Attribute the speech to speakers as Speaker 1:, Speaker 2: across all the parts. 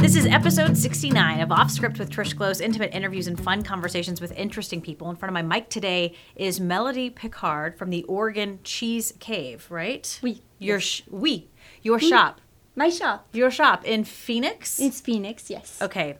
Speaker 1: This is episode 69 of Off Script with Trish Glow's intimate interviews and fun conversations with interesting people. In front of my mic today is Melody Picard from the Oregon Cheese Cave, right?
Speaker 2: Oui.
Speaker 1: Your sh- we, your shop,
Speaker 2: My shop.
Speaker 1: your shop in Phoenix.
Speaker 2: It's Phoenix, yes.
Speaker 1: okay,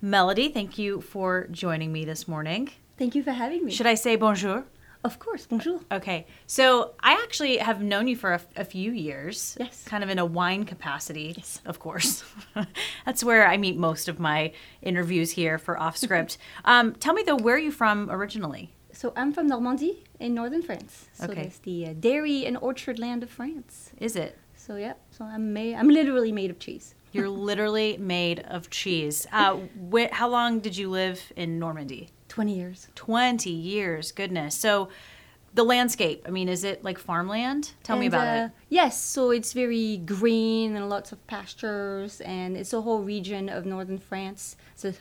Speaker 1: Melody, thank you for joining me this morning.
Speaker 2: Thank you for having me.
Speaker 1: Should I say bonjour?
Speaker 2: Of course, bonjour.
Speaker 1: Okay, so I actually have known you for a, a few years.
Speaker 2: Yes.
Speaker 1: Kind of in a wine capacity, yes. of course. That's where I meet most of my interviews here for Off Script. um, tell me though, where are you from originally?
Speaker 2: So I'm from Normandy in northern France. So
Speaker 1: Okay.
Speaker 2: that's the uh, dairy and orchard land of France.
Speaker 1: Is it?
Speaker 2: So yeah, so I'm made, I'm literally made of cheese.
Speaker 1: You're literally made of cheese. Uh, wh- how long did you live in Normandy?
Speaker 2: 20 years.
Speaker 1: 20 years, goodness. So the landscape, I mean, is it like farmland? Tell me
Speaker 2: And,
Speaker 1: about
Speaker 2: uh, Yes, so it's very green and lots of pastures and it's a whole region of northern France. It's a,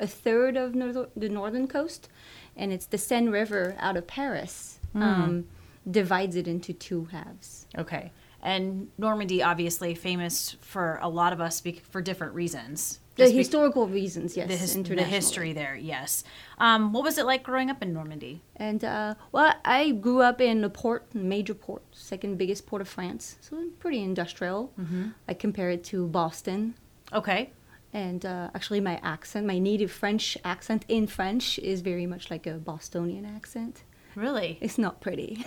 Speaker 2: a third of nor- the northern coast and it's the Seine River out of Paris.
Speaker 1: Hmm.
Speaker 2: Um, divides it into two halves.
Speaker 1: it. Okay. And Normandy, obviously, famous for a lot of us bec- for different reasons.
Speaker 2: The
Speaker 1: Just be-
Speaker 2: historical reasons, yes.
Speaker 1: the, his- the
Speaker 2: internationally.
Speaker 1: history there. Yes. Um, what was it like growing up in Normandy?
Speaker 2: And uh, well, I grew up in a port, major port, second biggest port of France, so pretty industrial.
Speaker 1: Mm-hmm.
Speaker 2: I compare it to Boston,
Speaker 1: Okay.
Speaker 2: and uh, actually my accent, my native French accent in French, is very much like a Bostonian accent.
Speaker 1: Really?
Speaker 2: It's not pretty.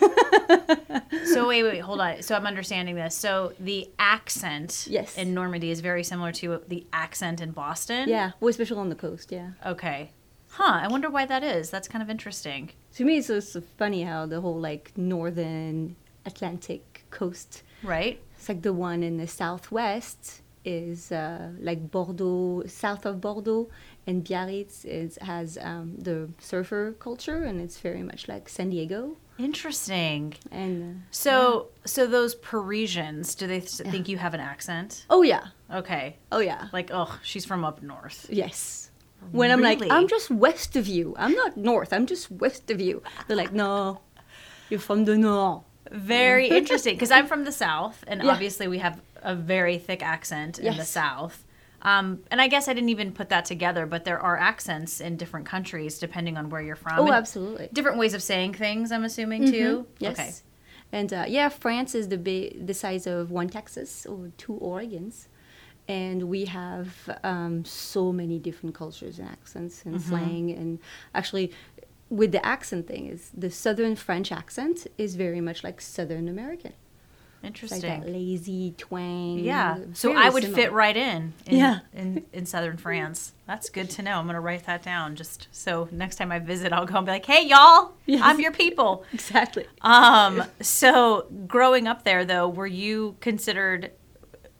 Speaker 1: So wait, wait, hold on. So I'm understanding this. So the accent
Speaker 2: Yes.
Speaker 1: in Normandy is very similar to the accent in Boston.
Speaker 2: yeah, well, especially on the coast. Yeah,
Speaker 1: Okay. Huh. I wonder why that is. That's kind of interesting.
Speaker 2: to me, it's just funny how the whole like northern Atlantic coast
Speaker 1: Right.
Speaker 2: It's like the one in the southwest is uh, like Bordeaux, south of Bordeaux, and Biarritz is, has um, the surfer culture, and it's very much like San Diego.
Speaker 1: Interesting.
Speaker 2: And uh,
Speaker 1: So, so those Parisians, do they th- think you have an accent?
Speaker 2: oh yeah,
Speaker 1: Okay.
Speaker 2: oh yeah,
Speaker 1: Like, oh, she's from up north.
Speaker 2: yes. When I'm like,
Speaker 1: Really?
Speaker 2: I'm just west of you. I'm not north. I'm just west of you. They're like, no, you're from the north.
Speaker 1: Very interesting because I'm from the South, and
Speaker 2: Yeah.
Speaker 1: obviously we have a very thick accent in the
Speaker 2: Yes.
Speaker 1: South. Um, and I guess I didn't even put that together, but there are accents in different countries depending on where you're from.
Speaker 2: Oh,
Speaker 1: and
Speaker 2: absolutely. Mm-hmm.
Speaker 1: Different ways of saying things, I'm assuming, too.
Speaker 2: Yes.
Speaker 1: Okay.
Speaker 2: And uh, yeah, France is the ba- the size of one Texas or two Oregons, and we have um, so many different cultures and accents and
Speaker 1: Mm-hmm.
Speaker 2: slang and actually. With the accent thing is the southern French accent is very much like Southern American, It's like
Speaker 1: Interesting.
Speaker 2: that lazy twang.
Speaker 1: yeah. So
Speaker 2: very
Speaker 1: I would
Speaker 2: similar.
Speaker 1: fit right in. in
Speaker 2: Yeah.
Speaker 1: In, in southern France. That's good to know. I'm going to write that down just so next time I visit, I'll go and be like, hey, y'all,
Speaker 2: Yes.
Speaker 1: I'm your people.
Speaker 2: exactly.
Speaker 1: Um, so growing up there though, were you considered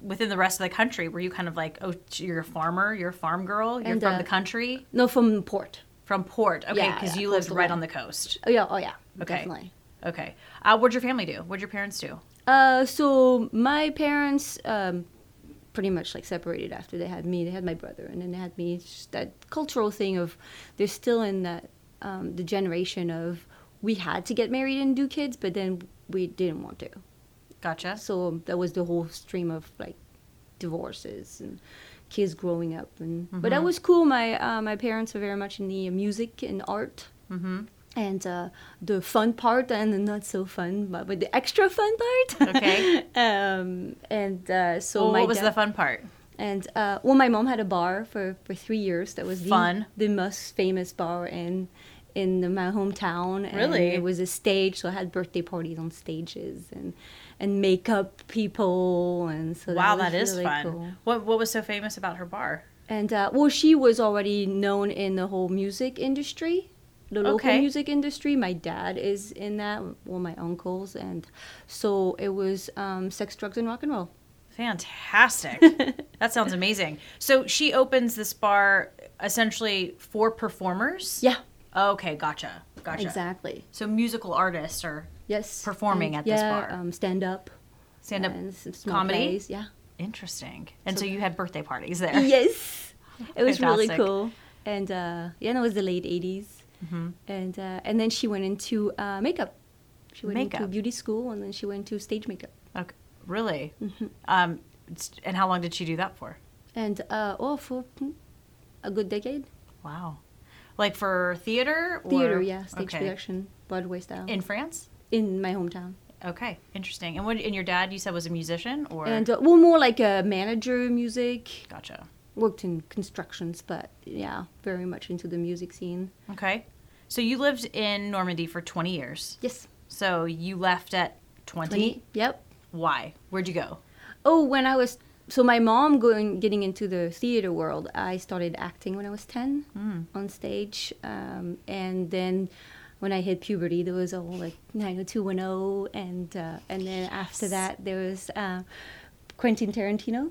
Speaker 1: within the rest of the country, were you kind of like, oh, you're a farmer, you're a farm girl, you're
Speaker 2: And,
Speaker 1: from
Speaker 2: uh,
Speaker 1: the country,
Speaker 2: No, from port.
Speaker 1: from port? Okay,
Speaker 2: yeah,
Speaker 1: because
Speaker 2: yeah,
Speaker 1: you lived
Speaker 2: coastal
Speaker 1: right
Speaker 2: line.
Speaker 1: on the coast.
Speaker 2: Oh yeah, oh yeah,
Speaker 1: Okay.
Speaker 2: definitely.
Speaker 1: Okay. Uh, what'd your family do? What'd your parents do?
Speaker 2: Uh, so my parents um, pretty much like separated after they had me. They had my brother, and then they had me. It's just that cultural thing of they're still in that um, the generation of we had to get married and do kids, but then we didn't want to.
Speaker 1: Gotcha.
Speaker 2: So that was the whole stream of like divorces and kids growing up, and but that was cool. My uh, my parents were very much in the music and art. And uh, the fun part and the not so fun, but with the extra fun part.
Speaker 1: Okay.
Speaker 2: um, and uh, so
Speaker 1: well,
Speaker 2: my
Speaker 1: what was
Speaker 2: dad-
Speaker 1: the fun part?
Speaker 2: and uh, well, my mom had a bar for, for three years. That was the,
Speaker 1: Fun.
Speaker 2: the most famous bar in in my hometown. And
Speaker 1: Really?
Speaker 2: it was a stage, so I had birthday parties on stages and and makeup people, and so
Speaker 1: wow,
Speaker 2: that,
Speaker 1: that
Speaker 2: was
Speaker 1: is
Speaker 2: really
Speaker 1: fun.
Speaker 2: cool.
Speaker 1: What What was so famous about her bar?
Speaker 2: And uh, well, she was already known in the whole music industry, the local
Speaker 1: Okay.
Speaker 2: music industry. My dad is in that, well, my uncles, and so it was um, sex, drugs, and rock and roll.
Speaker 1: Fantastic. that sounds amazing. So she opens this bar essentially for performers.
Speaker 2: Yeah,
Speaker 1: Okay, gotcha. Gotcha.
Speaker 2: exactly.
Speaker 1: So musical artists are
Speaker 2: Yes.
Speaker 1: Performing
Speaker 2: and-
Speaker 1: at this
Speaker 2: yeah,
Speaker 1: bar.
Speaker 2: Um, stand up.
Speaker 1: stand up.
Speaker 2: and some small
Speaker 1: comedy?
Speaker 2: plays, Yeah.
Speaker 1: Interesting. And so, you had birthday parties there.
Speaker 2: yes. It was really
Speaker 1: Fantastic.
Speaker 2: cool. And uh, yeah, and it was the late 80s.
Speaker 1: Mm-hmm.
Speaker 2: And uh, and then she went into uh, makeup. She went into
Speaker 1: Makeup.
Speaker 2: beauty school and then she went to stage makeup. Mm-hmm.
Speaker 1: Okay. Really? Um, it's- and how long did she do that for?
Speaker 2: and uh, oh, for mm, a good decade.
Speaker 1: Wow. Like for theater? Or?
Speaker 2: Theater, yeah, stage
Speaker 1: okay.
Speaker 2: production, Broadway style,
Speaker 1: In France?
Speaker 2: in my hometown.
Speaker 1: Okay, interesting. And what? And your dad, you said, was a musician, or
Speaker 2: And uh, well, more like a manager, music.
Speaker 1: gotcha.
Speaker 2: Worked in constructions, but yeah, very much into the music scene.
Speaker 1: Okay, so you lived in Normandy for 20 years.
Speaker 2: Yes.
Speaker 1: So you left at 20.
Speaker 2: Yep.
Speaker 1: Why? Where'd you go?
Speaker 2: Oh, when I was so my mom going getting into the theater world, I started acting when I was ten on stage, um, and then when I hit puberty, there was all like nine hundred two one zero, and uh, and then after that there was uh, Quentin Tarantino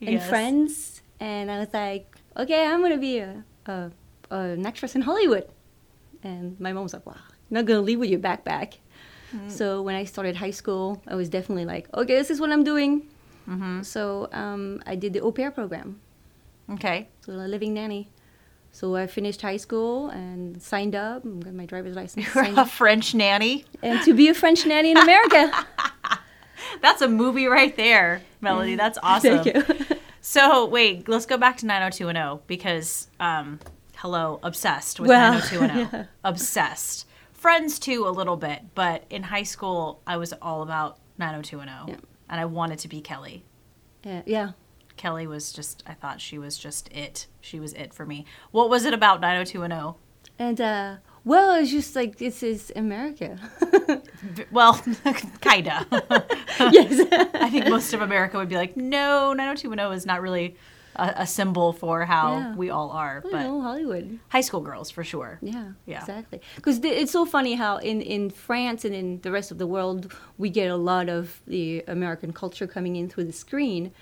Speaker 2: and
Speaker 1: Yes.
Speaker 2: Friends, and I was like, okay, I'm gonna be a, a, a an actress in Hollywood, and my mom's like, wow, you're not gonna leave with your backpack.
Speaker 1: Mm-hmm.
Speaker 2: So when I started high school, I was definitely like, okay, this is what I'm doing.
Speaker 1: Mm-hmm.
Speaker 2: So um, I did the au pair program,
Speaker 1: Okay,
Speaker 2: so a living nanny. So I finished high school and signed up, and got my driver's license,
Speaker 1: you're
Speaker 2: signed
Speaker 1: a
Speaker 2: up,
Speaker 1: French nanny.
Speaker 2: and to be a French nanny in America.
Speaker 1: That's a movie right there, Melody. That's awesome.
Speaker 2: Mm-hmm. Thank you.
Speaker 1: So wait, let's go back to 90210 because um, hello, obsessed with
Speaker 2: Well,
Speaker 1: 90210. Obsessed. Friends too a little bit, but in high school I was all about 90210
Speaker 2: Yeah.
Speaker 1: and I wanted to be Kelly.
Speaker 2: yeah, yeah.
Speaker 1: Kelly was just I thought she was just it. She was it for me. What was it about 90210?
Speaker 2: and uh, well, it's just like this is America.
Speaker 1: V- Well, kinda.
Speaker 2: yes.
Speaker 1: I think most of America would be like, "No, 90210 is not really a, a symbol for how
Speaker 2: Yeah.
Speaker 1: we all are."
Speaker 2: I
Speaker 1: But
Speaker 2: know Hollywood.
Speaker 1: high school girls for sure.
Speaker 2: Yeah,
Speaker 1: Yeah.
Speaker 2: exactly. Because it's so funny how in, in France and in the rest of the world, we get a lot of the American culture coming in through the screen.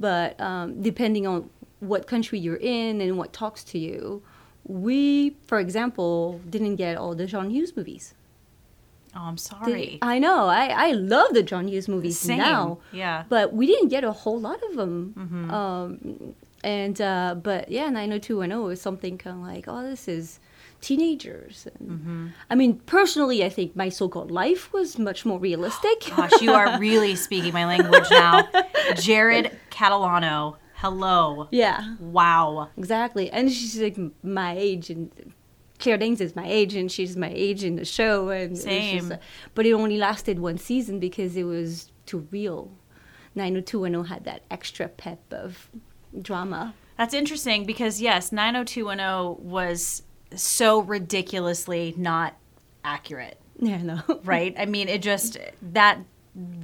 Speaker 2: But um, depending on what country you're in and what talks to you, we, for example, didn't get all the John Hughes movies.
Speaker 1: Oh, I'm
Speaker 2: Did-
Speaker 1: sorry.
Speaker 2: I know. I, I love the John Hughes movies
Speaker 1: Same.
Speaker 2: now.
Speaker 1: Yeah. Mm-hmm.
Speaker 2: But we didn't get a whole lot of them. Um, and uh, but yeah, 90210 is something kind of like, oh, this is teenagers. And,
Speaker 1: Mm-hmm.
Speaker 2: I mean, personally, I think my so-called life was much more realistic.
Speaker 1: Gosh, you are really speaking my language now. Jared Catalano, hello.
Speaker 2: yeah,
Speaker 1: Wow.
Speaker 2: exactly. And she's like m- my age, and Claire Danes is my age, and she's my age in the show. And it was just,
Speaker 1: Same.
Speaker 2: uh, but it only lasted one season because it was too real. 90210 had that extra pep of drama.
Speaker 1: That's interesting because, yes, 90210 was so ridiculously not accurate,
Speaker 2: Yeah, no.
Speaker 1: right? I mean, it just, that.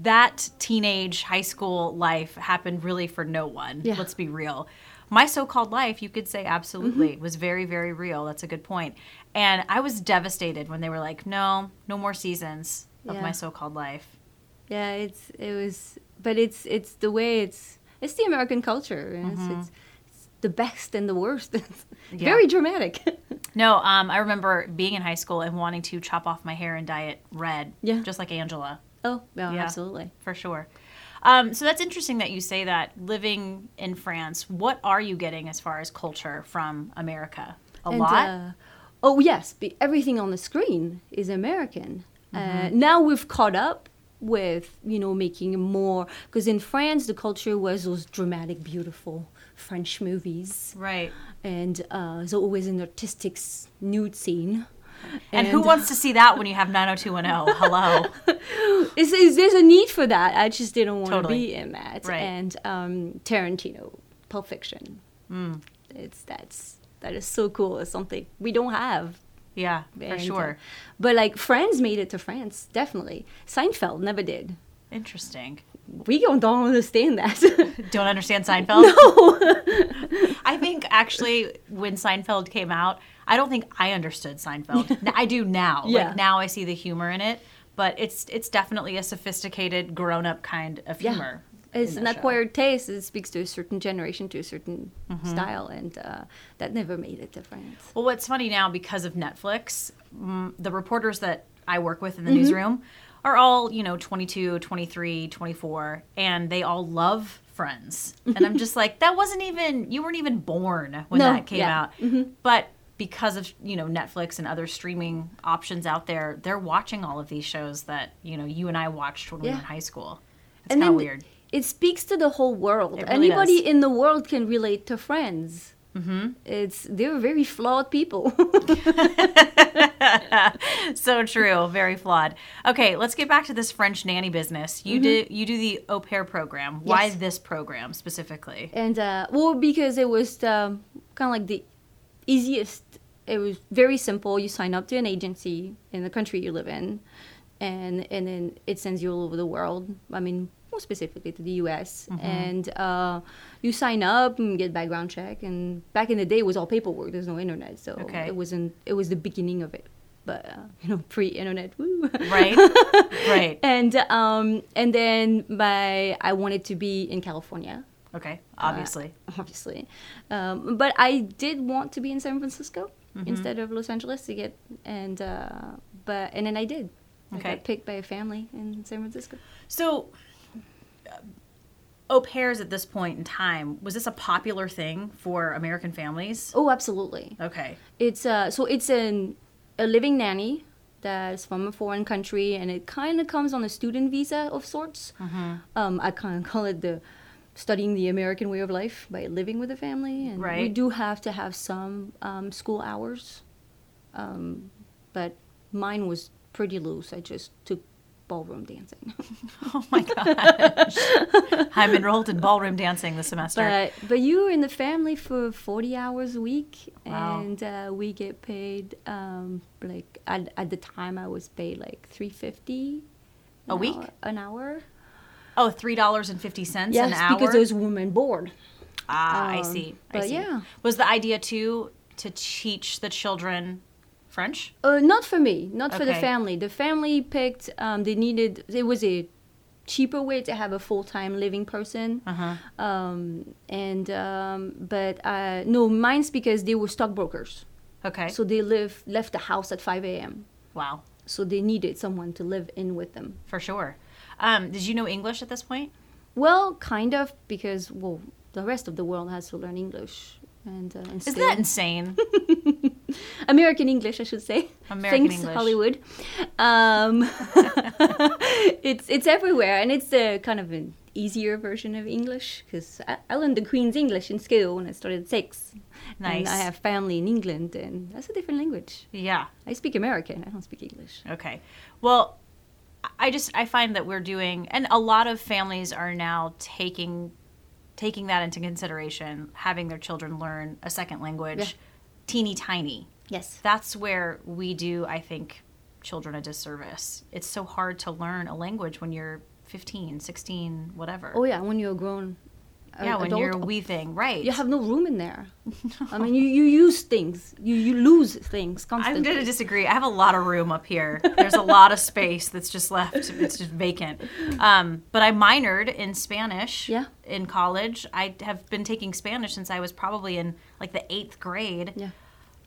Speaker 1: That teenage high school life happened really for no one.
Speaker 2: Yeah.
Speaker 1: Let's be real. My so called life, you could say absolutely,
Speaker 2: Mm-hmm.
Speaker 1: was very, very real. That's a good point. And I was devastated when they were like, no, no more seasons of
Speaker 2: Yeah.
Speaker 1: my so called life.
Speaker 2: Yeah, it's it was, but it's it's the way it's it's the American culture. and It's, it's, it's the best and the worst. It's Very dramatic.
Speaker 1: No, um, I remember being in high school and wanting to chop off my hair and dye it red.
Speaker 2: Yeah.
Speaker 1: Just like Angela,
Speaker 2: oh, yeah,
Speaker 1: Yeah.
Speaker 2: absolutely.
Speaker 1: for sure. Um, so that's interesting that you say that. Living in France, what are you getting as far as culture from America? A
Speaker 2: And,
Speaker 1: lot?
Speaker 2: uh, oh yes, be, everything on the screen is American. Uh,
Speaker 1: Mm-hmm.
Speaker 2: now we've caught up with you know making more because in France the culture was those dramatic, beautiful French movies,
Speaker 1: right.
Speaker 2: and uh, there's always an artistic s- nude scene.
Speaker 1: And,
Speaker 2: uh,
Speaker 1: who wants to see that when you have 90210? Hello.
Speaker 2: Is, is there's a need for that? I just didn't want
Speaker 1: Totally.
Speaker 2: to be in that.
Speaker 1: Right.
Speaker 2: And um, Tarantino, Pulp Fiction.
Speaker 1: Hmm.
Speaker 2: It's that's that is so cool. It's something we don't have
Speaker 1: Yeah, for
Speaker 2: and, uh,
Speaker 1: sure.
Speaker 2: but like Friends made it to France, definitely. Seinfeld never did.
Speaker 1: Interesting.
Speaker 2: We don't, don't understand that.
Speaker 1: Don't understand Seinfeld? No. I think actually when Seinfeld came out, I don't think I understood Seinfeld. N- I do now.
Speaker 2: Yeah.
Speaker 1: Like now I see the humor in it, but it's it's definitely a sophisticated grown-up kind of
Speaker 2: Yeah.
Speaker 1: humor.
Speaker 2: it's
Speaker 1: in
Speaker 2: an
Speaker 1: that show.
Speaker 2: acquired taste. It speaks to a certain generation, to a certain
Speaker 1: Mm-hmm.
Speaker 2: style, and uh, that never made it to France.
Speaker 1: Well, what's funny now because of Netflix, mm, the reporters that I work with in
Speaker 2: Mm-hmm.
Speaker 1: the newsroom are all, you know, 22, 23, 24, and they all love Friends. And I'm just like, that wasn't even, you weren't even born when
Speaker 2: No,
Speaker 1: that came
Speaker 2: yeah. Mm-hmm.
Speaker 1: out. But because of, you know, Netflix and other streaming options out there, they're watching all of these shows that, you know, you and I watched when we
Speaker 2: Yeah.
Speaker 1: were in high school. It's
Speaker 2: And
Speaker 1: kind of
Speaker 2: then
Speaker 1: weird.
Speaker 2: it speaks to the whole world.
Speaker 1: It really
Speaker 2: Anybody
Speaker 1: does.
Speaker 2: in the world can relate to Friends. Mm-hmm. It's they're very flawed people.
Speaker 1: so true. Very flawed. Okay, let's get back to this French nanny business. You do you do the au pair program. Why
Speaker 2: Yes.
Speaker 1: this program specifically?
Speaker 2: and uh, well, because it was um, kind of like the easiest. It was very simple. You sign up to an agency in the country you live in, and and then it sends you all over the world. I mean, more specifically to the U.S.
Speaker 1: Mm-hmm.
Speaker 2: And uh, you sign up and get background check. And back in the day, it was all paperwork. There's no internet, so
Speaker 1: Okay.
Speaker 2: it wasn't. It was the beginning of it, but uh, you know, pre-internet. Woo.
Speaker 1: Right? right.
Speaker 2: And um, and then my I wanted to be in California
Speaker 1: Okay. Obviously.
Speaker 2: obviously. Um, but I did want to be in San Francisco instead of Los Angeles to get and uh, but and then I did. I
Speaker 1: Okay.
Speaker 2: got picked by a family in San Francisco.
Speaker 1: So uh, au pairs at this point in time, was this a popular thing for American families?
Speaker 2: Oh, absolutely.
Speaker 1: Okay.
Speaker 2: It's uh, so it's an a living nanny that's from a foreign country, and it kind of comes on a student visa of sorts. Um, I kind of call it the studying the American way of life by living with a family, and we
Speaker 1: Right.
Speaker 2: do have to have some um, school hours, um, but mine was pretty loose. I just took ballroom dancing,
Speaker 1: Oh my gosh. I'm enrolled in ballroom dancing this semester.
Speaker 2: but but you were in the family for forty hours a week,
Speaker 1: Wow.
Speaker 2: and uh, we get paid um, like at, at the time I was paid like three fifty
Speaker 1: A week?
Speaker 2: an hour.
Speaker 1: oh, $3.50
Speaker 2: yes,
Speaker 1: an hour.
Speaker 2: because those women bored.
Speaker 1: ah, I
Speaker 2: um,
Speaker 1: see. I
Speaker 2: but
Speaker 1: see.
Speaker 2: yeah.
Speaker 1: Was the idea too to teach the children French?
Speaker 2: Uh, not for me, not for the
Speaker 1: Okay.
Speaker 2: family. The family picked. Um, they needed. It was a cheaper way to have a full time living person.
Speaker 1: Uh-huh.
Speaker 2: Um, and um, but uh, no, mine's because they were stockbrokers,
Speaker 1: Okay.
Speaker 2: so they live left the house at five a.m.
Speaker 1: wow.
Speaker 2: So they needed someone to live in with them.
Speaker 1: For sure. Um, did you know English at this point?
Speaker 2: Well, kind of because well, the rest of the world has to learn English. And, uh, and
Speaker 1: Isn't
Speaker 2: still-
Speaker 1: that insane?
Speaker 2: American English, I should say.
Speaker 1: American
Speaker 2: Thanks,
Speaker 1: English.
Speaker 2: Hollywood. Um, it's it's everywhere, and it's a kind of an easier version of English because I, I learned the Queen's English in school when I started at six.
Speaker 1: Nice.
Speaker 2: And I have family in England, and that's a different language.
Speaker 1: yeah.
Speaker 2: I speak American. I don't speak English.
Speaker 1: Okay. Well, I just I find that we're doing and a lot of families are now taking taking that into consideration, having their children learn a second language
Speaker 2: Yeah.
Speaker 1: teeny tiny.
Speaker 2: Yes.
Speaker 1: That's where we do I think children a disservice. It's so hard to learn a language when you're 15, 16, whatever.
Speaker 2: Oh yeah, when you're a grown. a-
Speaker 1: yeah, when
Speaker 2: adult,
Speaker 1: you're weaving, right.
Speaker 2: You have no room in there. I mean, you, you use things. You you lose things
Speaker 1: I'm
Speaker 2: constantly.
Speaker 1: going to disagree. I have a lot of room up here. There's a lot of space that's just left. It's just vacant. Um, but I minored in Spanish
Speaker 2: Yeah.
Speaker 1: in college. I have been taking Spanish since I was probably in like the eighth grade.
Speaker 2: Yeah.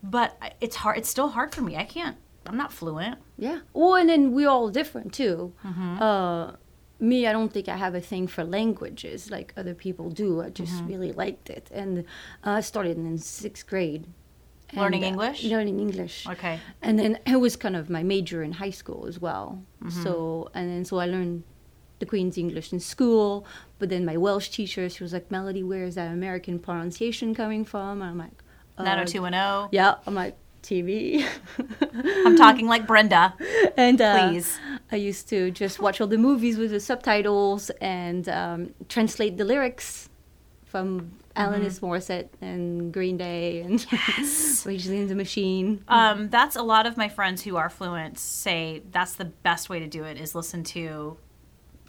Speaker 1: But I- it's hard. It's still hard for me. I can't. I'm not fluent.
Speaker 2: Yeah. Well, and then we're all different too.
Speaker 1: Mm-hmm.
Speaker 2: Uh, me, I don't think I have a thing for languages like other people do. I just
Speaker 1: Mm-hmm.
Speaker 2: really liked it, and uh, I started in sixth grade. And,
Speaker 1: Learning
Speaker 2: uh,
Speaker 1: English?
Speaker 2: learning English.
Speaker 1: Okay.
Speaker 2: And then it was kind of my major in high school as well. So and then so I learned the Queen's English in school, but then my Welsh teacher, she was like, "Melody, where is that American pronunciation coming from?" And I'm like, uh,
Speaker 1: 90210.
Speaker 2: Yeah, I'm like TV.
Speaker 1: oh. I'm talking like Brenda.
Speaker 2: and uh,
Speaker 1: Please.
Speaker 2: I used to just watch all the movies with the subtitles and um, translate the lyrics from Alanis Morissette and Green Day and Rage Against the Machine.
Speaker 1: Um, that's a lot of my friends who are fluent say that's the best way to do it is listen to,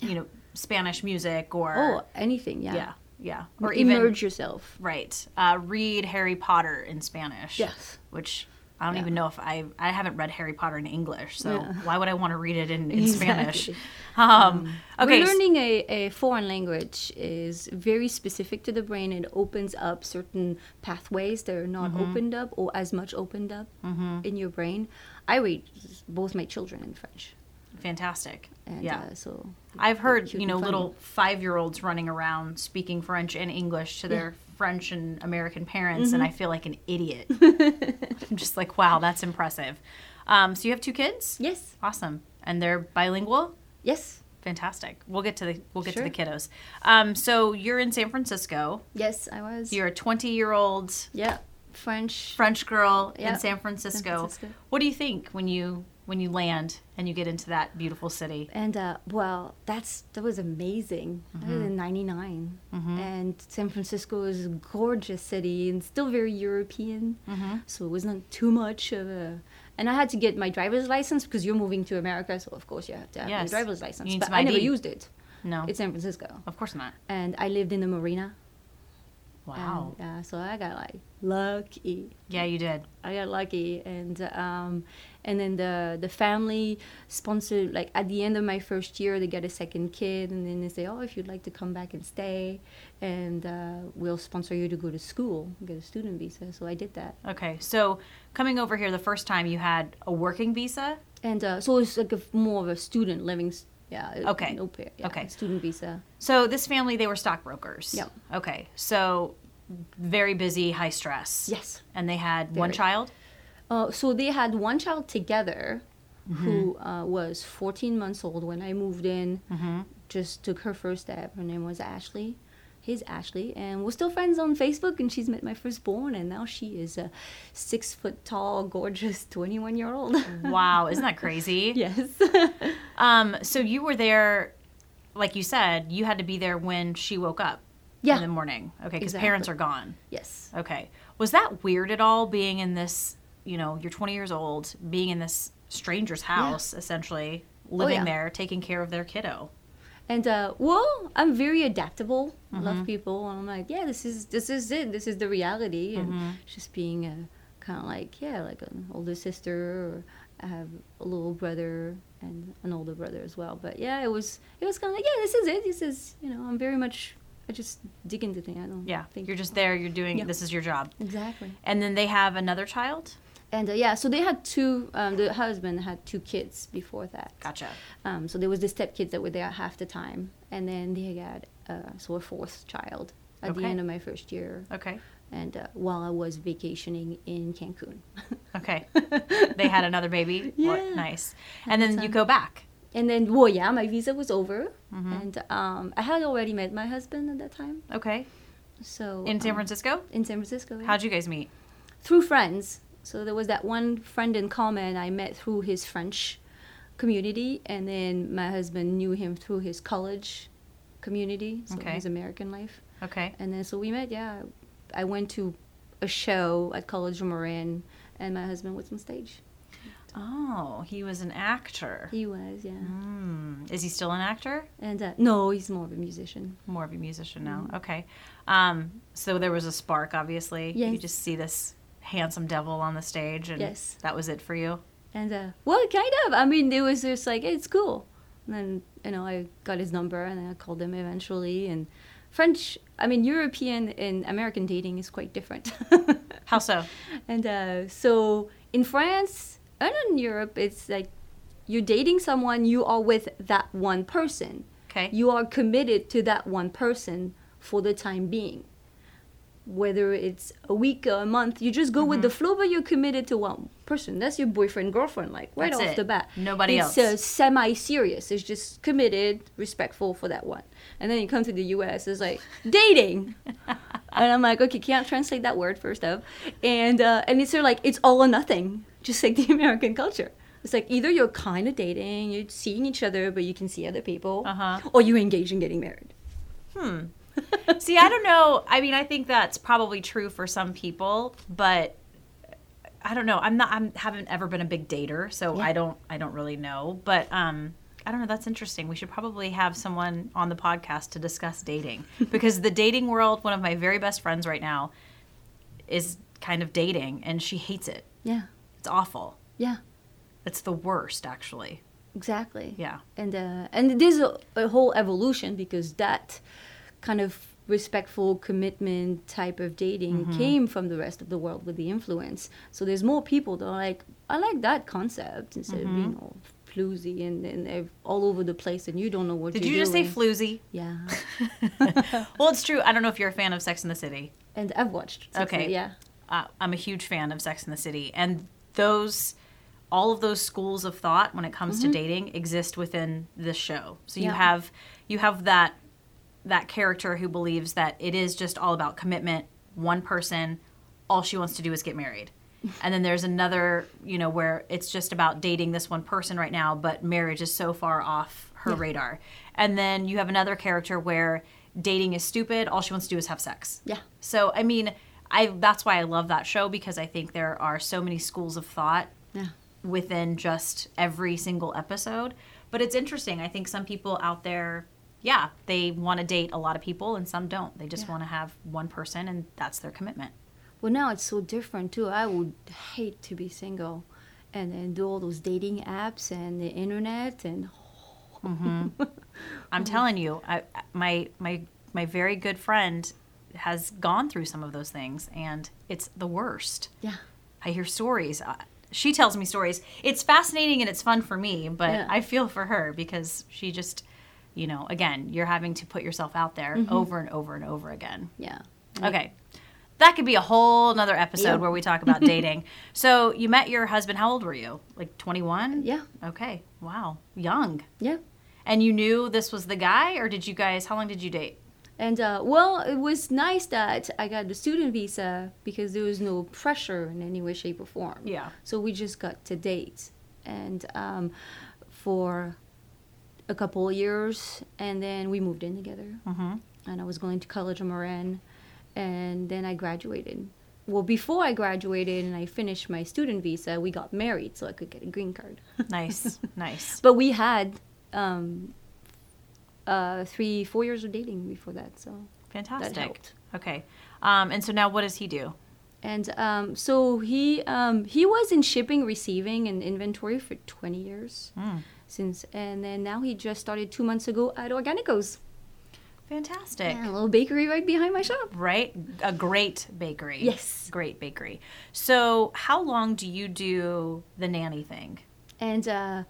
Speaker 1: you know, Spanish music or
Speaker 2: Oh, anything, yeah.
Speaker 1: yeah, yeah, or even
Speaker 2: Emerge yourself.
Speaker 1: Right. Uh, read Harry Potter in Spanish.
Speaker 2: Yes.
Speaker 1: Which I don't
Speaker 2: Yeah.
Speaker 1: even know if I I haven't read Harry Potter in English, so
Speaker 2: Yeah.
Speaker 1: why would I want to read it in, in
Speaker 2: Exactly.
Speaker 1: Spanish? Um, okay.
Speaker 2: But
Speaker 1: s-
Speaker 2: learning a, a foreign language is very specific to the brain. It opens up certain pathways that are not
Speaker 1: Mm-hmm.
Speaker 2: opened up or as much opened up
Speaker 1: Mm.
Speaker 2: in your brain. I raised both my children in French.
Speaker 1: fantastic.
Speaker 2: And
Speaker 1: yeah.
Speaker 2: uh, so
Speaker 1: I've heard
Speaker 2: cute
Speaker 1: you know
Speaker 2: and fun.
Speaker 1: little five year olds running around speaking French and English to their French and American parents, and I
Speaker 2: Mm-hmm.
Speaker 1: feel like an idiot. I'm just like, wow, that's impressive. Um, so you have two kids?
Speaker 2: Yes.
Speaker 1: Awesome. And they're bilingual.
Speaker 2: Yes.
Speaker 1: Fantastic. We'll get to the we'll get
Speaker 2: Sure.
Speaker 1: to the kiddos. Um, so you're in San Francisco.
Speaker 2: Yes, I was.
Speaker 1: You're a 20 year old
Speaker 2: yeah, French.
Speaker 1: French girl
Speaker 2: Yeah,
Speaker 1: in San Francisco.
Speaker 2: Francisco.
Speaker 1: What do you think when you when you land and you get into that beautiful city?
Speaker 2: And uh, well, that's that was amazing. That was
Speaker 1: Mm-hmm.
Speaker 2: in '99, and San Francisco is a gorgeous city and still very European.
Speaker 1: Mm-hmm.
Speaker 2: So it was not too much of a. And I had to get my driver's license because you're moving to America, so of course you have to have
Speaker 1: Yes.
Speaker 2: your driver's license.
Speaker 1: need
Speaker 2: but
Speaker 1: some Oh.
Speaker 2: I never
Speaker 1: ID.
Speaker 2: used it.
Speaker 1: No,
Speaker 2: It's San Francisco,
Speaker 1: of course not.
Speaker 2: and I lived in the marina.
Speaker 1: Wow.
Speaker 2: And, uh, so I got like lucky.
Speaker 1: yeah, you did.
Speaker 2: I got lucky, and um, and then the the family sponsored. Like at the end of my first year, they got a second kid, and then they say, "Oh, if you'd like to come back and stay, and uh, we'll sponsor you to go to school, get a student visa." So I did that,
Speaker 1: Okay, so coming over here the first time, you had a working visa.
Speaker 2: and uh, so it's like a, more of a student living. s- Yeah.
Speaker 1: Okay.
Speaker 2: No pair. Yeah,
Speaker 1: Okay.
Speaker 2: Student visa.
Speaker 1: So this family, they were stockbrokers.
Speaker 2: Yep.
Speaker 1: Okay, so very busy, high stress.
Speaker 2: Yes.
Speaker 1: And they had one
Speaker 2: Very.
Speaker 1: child.
Speaker 2: Uh, so they had one child together who uh, was 14 months old when I moved in, just took her first step. Her name was Ashley. He's Ashley, and we're still friends on Facebook. And she's met my firstborn, and now she is a six foot tall, gorgeous 21 year old.
Speaker 1: Wow, isn't that crazy?
Speaker 2: yes.
Speaker 1: Um, so you were there, like you said, you had to be there when she woke up
Speaker 2: Yeah.
Speaker 1: in the morning. Okay, because
Speaker 2: Exactly.
Speaker 1: parents are gone.
Speaker 2: yes.
Speaker 1: Okay. Was that weird at all being in this, you know, you're 20 years old, being in this stranger's house, essentially, living
Speaker 2: Oh, yeah.
Speaker 1: there, taking care of their kiddo?
Speaker 2: And uh, well, I'm very adaptable. I
Speaker 1: Mm-hmm.
Speaker 2: love people, and I'm like, yeah, this is this is it. This is the reality, and
Speaker 1: Mm-hmm.
Speaker 2: just being a kind of like yeah, like an older sister. Or I have a little brother and an older brother as well. But yeah, it was it was kind of like yeah, this is it. This is you know, I'm very much. I just dig into things. I don't.
Speaker 1: Yeah.
Speaker 2: Think
Speaker 1: You're just there, you're doing,
Speaker 2: Yeah.
Speaker 1: this is your job.
Speaker 2: exactly.
Speaker 1: And then they have another child?
Speaker 2: And uh, yeah, so they had two. Um, the husband had two kids before that.
Speaker 1: Gotcha.
Speaker 2: Um, so there was the stepkids that were there half the time, and then they got uh, so a fourth child at the
Speaker 1: Okay.
Speaker 2: end of my first year,
Speaker 1: Okay.
Speaker 2: and uh, while I was vacationing in Cancun,
Speaker 1: Okay. they had another baby. What-
Speaker 2: Yeah.
Speaker 1: Nice. And then you go back.
Speaker 2: and then well yeah, my visa was over,
Speaker 1: Mm-hmm.
Speaker 2: and um, I had already met my husband at that time,
Speaker 1: Okay.
Speaker 2: so
Speaker 1: In San
Speaker 2: um,
Speaker 1: Francisco?
Speaker 2: in San Francisco, yeah.
Speaker 1: How'd you guys meet?
Speaker 2: through friends. So there was that one friend in common I met through his French community, and then my husband knew him through his college community, so
Speaker 1: Okay.
Speaker 2: his American life.
Speaker 1: Okay.
Speaker 2: And then so we met, yeah. I went to a show at College Marin and my husband was on stage.
Speaker 1: Oh, he was an actor.
Speaker 2: He was, yeah.
Speaker 1: Hmm. Is he still an actor?
Speaker 2: And uh, no, he's more of a musician.
Speaker 1: More of a musician now.
Speaker 2: Mm-hmm.
Speaker 1: Okay. Um, so there was a spark, obviously. You
Speaker 2: Yes.
Speaker 1: just see this handsome devil on the stage, and
Speaker 2: Yes.
Speaker 1: that was it for you.
Speaker 2: And uh, well, kind of. I mean, it was just like, it's cool. And then, you know, I got his number and then I called him eventually. And French, I mean, European and American dating is quite different.
Speaker 1: How so?
Speaker 2: And uh, so in France and in Europe, it's like you're dating someone, you are with that one person.
Speaker 1: Okay.
Speaker 2: You are committed to that one person for the time being. Whether it's a week or a month, you just go
Speaker 1: Mm-hmm.
Speaker 2: with the flow, but you're committed to one person. That's your boyfriend, girlfriend, like right
Speaker 1: That's
Speaker 2: off
Speaker 1: it.
Speaker 2: the bat.
Speaker 1: Nobody
Speaker 2: it's
Speaker 1: else.
Speaker 2: uh, semi-serious. It's just committed, respectful for that one. And then you come to the U.S. It's like dating, and I'm like, okay, can't translate that word first of, and uh, and it's sort of like it's all or nothing, just like the American culture. It's like either you're kind of dating, you're seeing each other, but you can see other people,
Speaker 1: Uh-huh.
Speaker 2: or you engage in getting married.
Speaker 1: See, I don't know. I mean, I think that's probably true for some people, but I don't know. I'm not. I'm haven't ever been a big dater, so I don't. I don't really know. But um, I don't know. That's interesting. We should probably have someone on the podcast to discuss dating because the dating world. One of my very best friends right now is kind of dating, and she hates it.
Speaker 2: Yeah,
Speaker 1: It's awful.
Speaker 2: yeah,
Speaker 1: It's the worst, actually.
Speaker 2: exactly.
Speaker 1: Yeah.
Speaker 2: and uh, and there's a, a whole evolution because that kind of respectful commitment type of dating
Speaker 1: Mm-hmm.
Speaker 2: came from the rest of the world with the influence. So there's more people that are like, I like that concept instead of
Speaker 1: Mm-hmm.
Speaker 2: being all floozy and, and ev- all over the place and you don't know what
Speaker 1: Did
Speaker 2: you're
Speaker 1: you just say
Speaker 2: doing.
Speaker 1: floozy?
Speaker 2: yeah,
Speaker 1: Well, it's true. I don't know if you're a fan of Sex in the City.
Speaker 2: and I've watched. Sex and
Speaker 1: Okay.
Speaker 2: the- yeah.
Speaker 1: uh, I'm a huge fan of Sex in the City, and those all of those schools of thought when it comes to dating exist within this show. So you
Speaker 2: Mm-hmm. Yeah.
Speaker 1: have you have that that character who believes that it is just all about commitment, one person, all she wants to do is get married. And then there's another, you know, where it's just about dating this one person right now, but marriage is so far off her radar. And then you have another character where dating is stupid, all she wants to do is have sex.
Speaker 2: Yeah.
Speaker 1: So I mean, I that's why I love that show because I think there are so many schools of thought
Speaker 2: Yeah.
Speaker 1: within just every single episode. But it's interesting. I think some people out there, yeah, they want to date a lot of people and some don't. They just
Speaker 2: Yeah.
Speaker 1: want to have one person and that's their commitment.
Speaker 2: Well, now it's so different too. I would hate to be single, and then do all those dating apps and the internet and
Speaker 1: I'm telling you, I, my my my very good friend has gone through some of those things and it's the worst.
Speaker 2: yeah.
Speaker 1: I hear stories. Uh, She tells me stories. It's fascinating and it's fun for me, but
Speaker 2: Yeah.
Speaker 1: I feel for her because she just, you know, again, you're having to put yourself out there over and over and over again.
Speaker 2: Mm-hmm. Yeah.
Speaker 1: Okay. That could be a whole nother episode
Speaker 2: Yeah.
Speaker 1: where we talk about dating. So you met your husband. How old were you? Like 21?
Speaker 2: Yeah.
Speaker 1: Okay. Wow. Young.
Speaker 2: Yeah.
Speaker 1: And you knew this was the guy, or did you guys, how long did you date?
Speaker 2: And uh, well, it was nice that I got the student visa because there was no pressure in any way, shape, or form.
Speaker 1: Yeah.
Speaker 2: So we just got to date, and um, for a couple of years, and then we moved in together.
Speaker 1: Mm-hmm.
Speaker 2: and I was going to college in Marin, and then I graduated. Well, before I graduated and I finished my student visa, we got married so I could get a green card.
Speaker 1: Nice. nice.
Speaker 2: But we had um, uh, three, four years of dating before that, so
Speaker 1: Fantastic.
Speaker 2: that helped.
Speaker 1: Okay. Um, and so now what does he do?
Speaker 2: And um, so he um, he was in shipping, receiving, and inventory for 20 years
Speaker 1: Mm.
Speaker 2: since, and then now he just started two months ago at Organicos,
Speaker 1: Fantastic.
Speaker 2: a little bakery right behind my shop.
Speaker 1: Right? A great bakery.
Speaker 2: Yes.
Speaker 1: Great bakery. So, how long do you do the nanny thing?
Speaker 2: And uh,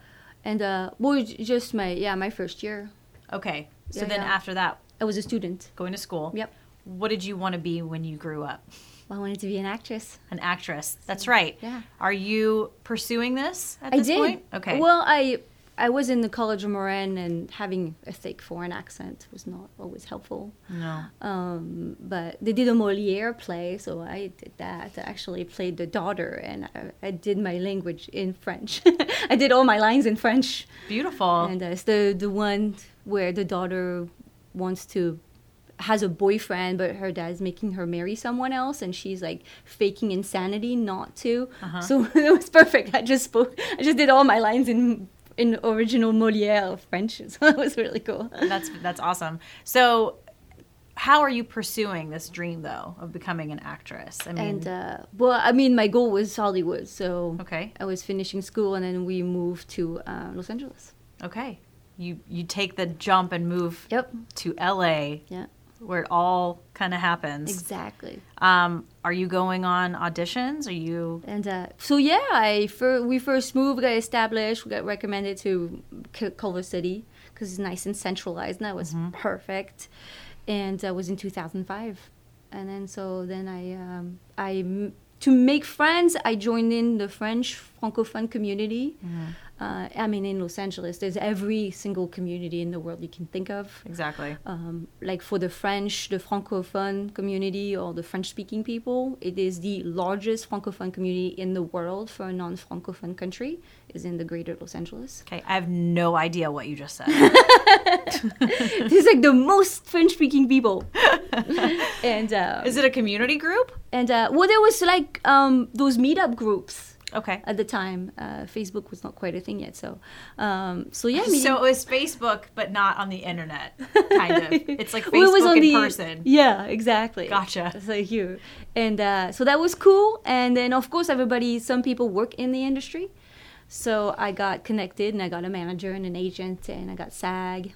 Speaker 2: and uh, well, j- just my yeah my first year
Speaker 1: Okay. So,
Speaker 2: Yeah,
Speaker 1: then
Speaker 2: yeah.
Speaker 1: after that,
Speaker 2: I was a student.
Speaker 1: going to school.
Speaker 2: Yep.
Speaker 1: What did you want to be when you grew up?
Speaker 2: I wanted to be an actress.
Speaker 1: An actress. That's right.
Speaker 2: Yeah.
Speaker 1: Are you pursuing this at
Speaker 2: I
Speaker 1: this
Speaker 2: did.
Speaker 1: point? Okay.
Speaker 2: Well, I I was in the College of Marin, and having a thick foreign accent was not always helpful.
Speaker 1: no.
Speaker 2: Um, but they did a Moliere play, so I did that. I actually played the daughter, and I, I did my language in French. I did all my lines in French,
Speaker 1: Beautiful.
Speaker 2: and uh, it's the the one where the daughter wants to has a boyfriend but her dad's making her marry someone else and she's like faking insanity not to so it was perfect i just spoke i just did all my lines in in original moliere french so that was really cool
Speaker 1: that's that's awesome. So, how are you pursuing this dream though of becoming an actress? I mean,
Speaker 2: and uh, well i mean my goal was hollywood so
Speaker 1: Mm. okay.
Speaker 2: i was finishing school and then we moved to uh, los angeles
Speaker 1: Okay. You you take the jump and move
Speaker 2: yep
Speaker 1: to LA
Speaker 2: yeah
Speaker 1: where it all kind of happens.
Speaker 2: exactly
Speaker 1: Um, are you going on auditions? Are you
Speaker 2: And uh, so yeah, I fir- we first moved, we got established, we got recommended to C- Culver City because it's nice and centralized, and that was perfect. And that was in 2005, and then so then I um, I m- to make friends, I joined in the French francophone community. Uh, I mean, in Los Angeles, there's every single community in the world you can think of
Speaker 1: exactly?
Speaker 2: um, like for the French, the francophone community or the French speaking people, it is the largest francophone community in the world for a non francophone country, is in the greater Los Angeles.
Speaker 1: Okay, I have no idea what you just said.
Speaker 2: It's like the most French speaking people. and uh,
Speaker 1: Is it a community group?
Speaker 2: and uh, well, there was like um, those meetup groups
Speaker 1: Okay.
Speaker 2: at the time. Uh, Facebook was not quite a thing yet, so um, so yeah. meeting-
Speaker 1: So it was Facebook, but not on the internet, kind of. It's like Facebook
Speaker 2: Well, it was on
Speaker 1: in
Speaker 2: the-
Speaker 1: person.
Speaker 2: Yeah, exactly.
Speaker 1: Gotcha.
Speaker 2: So you and uh, so that was cool. And then of course everybody, some people work in the industry, so I got connected and I got a manager and an agent and I got SAG.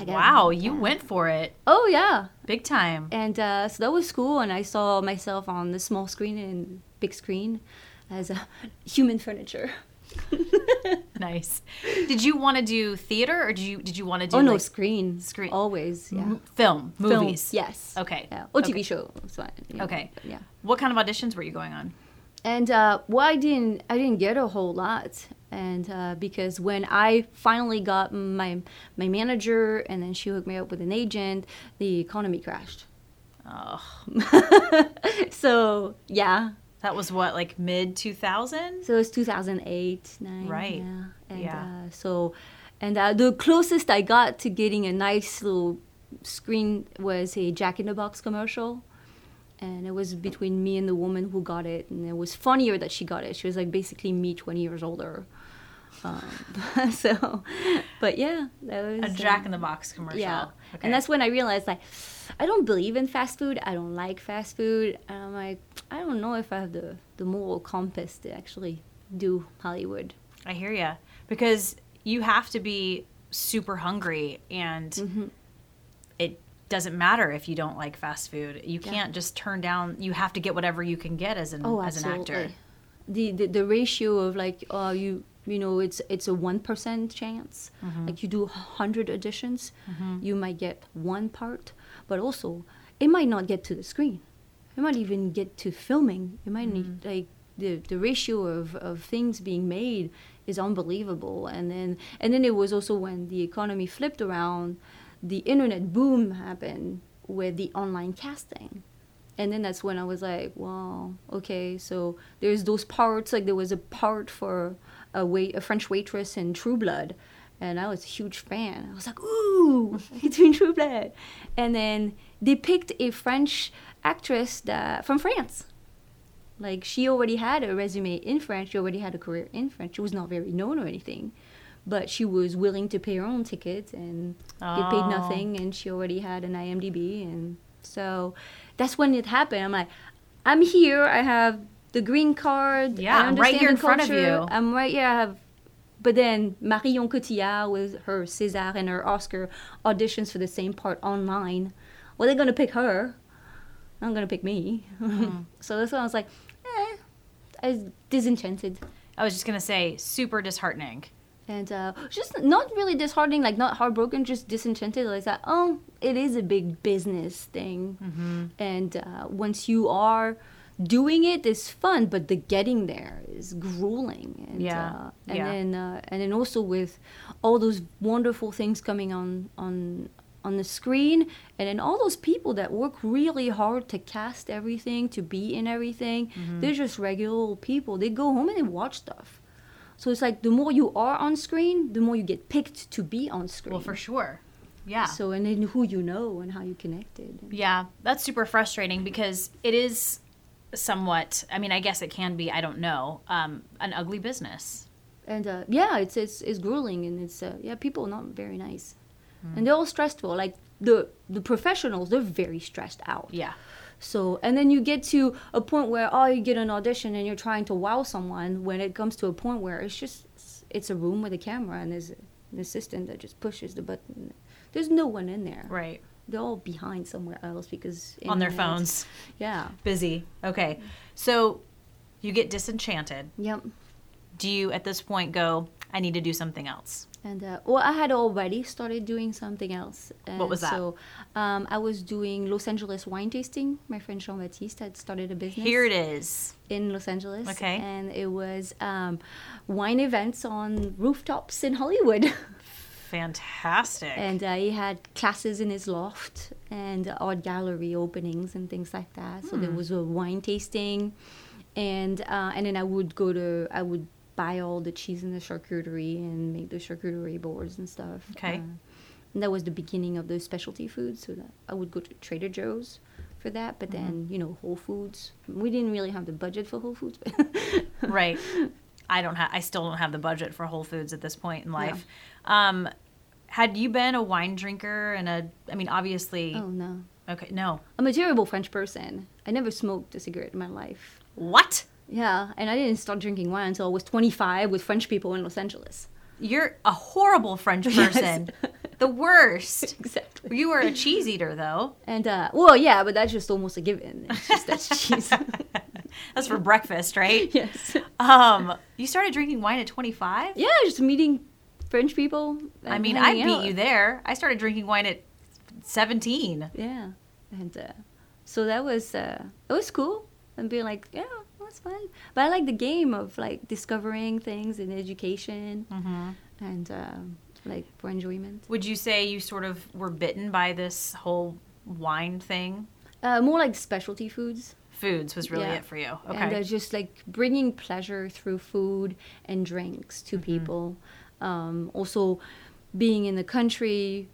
Speaker 2: I got-
Speaker 1: Wow, you
Speaker 2: yeah.
Speaker 1: went for it
Speaker 2: Oh yeah,
Speaker 1: big time.
Speaker 2: and uh, so that was cool. And I saw myself on the small screen and big screen as a human furniture.
Speaker 1: Nice. Did you want to do theater or did you did you want to do
Speaker 2: oh no,
Speaker 1: like,
Speaker 2: screen,
Speaker 1: screen.
Speaker 2: always. Yeah,
Speaker 1: m- film,
Speaker 2: Film,
Speaker 1: movies?
Speaker 2: yes.
Speaker 1: Okay.
Speaker 2: Yeah. Or TV
Speaker 1: Okay.
Speaker 2: show. so I- yeah.
Speaker 1: Okay.
Speaker 2: Yeah.
Speaker 1: What kind of auditions were you going on?
Speaker 2: and uh, well, I didn't I didn't get a whole lot, and uh, because when I finally got my my manager, and then she hooked me up with an agent, the economy crashed.
Speaker 1: Oh,
Speaker 2: So yeah,
Speaker 1: that was what like mid two thousand.
Speaker 2: so it was 2008, nine,
Speaker 1: Right.
Speaker 2: Yeah, and
Speaker 1: Yeah.
Speaker 2: Uh, so, and uh, the closest I got to getting a nice little screen was a Jack in the Box commercial. And it was between me and the woman who got it, and it was funnier that she got it. She was like basically me, twenty years older. Um, so, but yeah, that was
Speaker 1: A
Speaker 2: uh,
Speaker 1: Jack in the Box commercial.
Speaker 2: yeah,
Speaker 1: Okay.
Speaker 2: and that's when I realized like I don't believe in fast food. I don't like fast food. And I'm like I don't know if I have the the moral compass to actually do Hollywood.
Speaker 1: I hear you because you have to be super hungry and
Speaker 2: Mm-hmm.
Speaker 1: it doesn't matter if you don't like fast food. You
Speaker 2: Yeah. Oh,
Speaker 1: can't just turn down. You have to get whatever you can get as an as an actor.
Speaker 2: The, the the ratio of like uh, you you know it's it's a one percent chance.
Speaker 1: Mm-hmm.
Speaker 2: Like you do hundred auditions, you might get one part, but also it might not get to the screen. It might even get to filming. It might
Speaker 1: Mm.
Speaker 2: need like the the ratio of, of things being made is unbelievable. And then and then it was also when the economy flipped around, the internet boom happened with the online casting. And then that's when I was like, wow, okay, so there's those parts. Like there was a part for a wait, a French waitress in True Blood, and I was a huge fan. I was like, ooh, it's in True Blood. And then they picked a French actress that from France. Like she already had a resume in France. She already had a career in France. She was not very known or anything, but she was willing to pay her own ticket and get paid
Speaker 1: Oh.
Speaker 2: nothing. And she already had an IMDb, and so that's when it happened. I'm like, I'm here. I have the green card. I
Speaker 1: Yeah, I'm right
Speaker 2: understand
Speaker 1: here
Speaker 2: the
Speaker 1: in front of
Speaker 2: culture.
Speaker 1: you.
Speaker 2: I'm right here. I have. But then Marion Cotillard with her César and her Oscar auditions for the same part online. Well, they're gonna pick her. Not gonna pick me.
Speaker 1: Mm.
Speaker 2: so that's when I was like, eh, I was disenchanted.
Speaker 1: I was just gonna say super disheartening.
Speaker 2: And uh, just not really disheartening, like not heartbroken, just disenchanted. Like that, oh, it is a big business thing.
Speaker 1: Mm-hmm.
Speaker 2: And uh, once you are doing it, it's fun, but the getting there is grueling. And,
Speaker 1: Yeah.
Speaker 2: Uh, and
Speaker 1: Yeah.
Speaker 2: then uh, and then also with all those wonderful things coming on on on the screen, and then all those people that work really hard to cast everything, to be in everything,
Speaker 1: Mm-hmm.
Speaker 2: they're just regular old people. They go home and they watch stuff. So it's like the more you are on screen, the more you get picked to be on screen.
Speaker 1: Well, for sure. Yeah.
Speaker 2: So and then who you know and how you connected.
Speaker 1: Yeah, that's super frustrating because it is somewhat. I mean, I guess it can be. I don't know. Um, an ugly business.
Speaker 2: And uh, yeah, it's it's it's grueling and it's uh, yeah, people are not very nice.
Speaker 1: Hmm.
Speaker 2: And they're all stressful. Like the the professionals, they're very stressed out.
Speaker 1: Yeah.
Speaker 2: So, and then you get to a point where, oh, you get an audition and you're trying to wow someone when it comes to a point where it's just, it's a room with a camera and there's an assistant that just pushes the button. There's no one in there.
Speaker 1: Right.
Speaker 2: They're all behind somewhere else because.
Speaker 1: On their
Speaker 2: internet.
Speaker 1: phones.
Speaker 2: Yeah.
Speaker 1: Busy. Okay. So you get disenchanted.
Speaker 2: Yep.
Speaker 1: Do you at this point go, I need to do something else?
Speaker 2: And uh, well, I had already started doing something else. And
Speaker 1: was that?
Speaker 2: So um, I was doing Los Angeles wine tasting. My friend Jean Baptiste had started a business.
Speaker 1: Here it is.
Speaker 2: in Los Angeles.
Speaker 1: Okay.
Speaker 2: And it was um, wine events on rooftops in Hollywood.
Speaker 1: Fantastic.
Speaker 2: and uh, he had classes in his loft and art gallery openings and things like that. So there was a wine tasting. And, uh, and then I would go to, I would buy all the cheese and the charcuterie and make the charcuterie boards and stuff.
Speaker 1: Okay.
Speaker 2: Uh, and that was the beginning of the specialty foods. So that I would go to Trader Joe's for that. But then, you know, Whole Foods. We didn't really have the budget for Whole Foods.
Speaker 1: right. I don't have I still don't have the budget for Whole Foods at this point in life. Um had you been a wine drinker and a I mean obviously
Speaker 2: Oh no.
Speaker 1: okay, no.
Speaker 2: I'm a terrible French person. I never smoked a cigarette in my life.
Speaker 1: What?
Speaker 2: Yeah, and I didn't start drinking wine until I was 25 with French people in Los Angeles.
Speaker 1: You're a horrible French person. the worst.
Speaker 2: Exactly.
Speaker 1: You were a cheese eater though.
Speaker 2: And uh, well, yeah, but that's just almost a given. It's just that's cheese.
Speaker 1: That's for breakfast, right?
Speaker 2: yes.
Speaker 1: Um you started drinking wine at 25?
Speaker 2: Yeah, just meeting French people.
Speaker 1: I mean,
Speaker 2: Mm-hmm.
Speaker 1: I beat you there. I started drinking wine at 17.
Speaker 2: Yeah, and uh, so that was uh, it was cool and being like, yeah, well, was fun. But I like the game of like discovering things in education and um like for enjoyment.
Speaker 1: Would you say you sort of were bitten by this whole wine thing?
Speaker 2: Uh, more like specialty foods.
Speaker 1: Foods was really
Speaker 2: Yeah.
Speaker 1: it for you.
Speaker 2: And
Speaker 1: Okay.
Speaker 2: uh, just like bringing pleasure through food and drinks to people. Um, also, being in the country,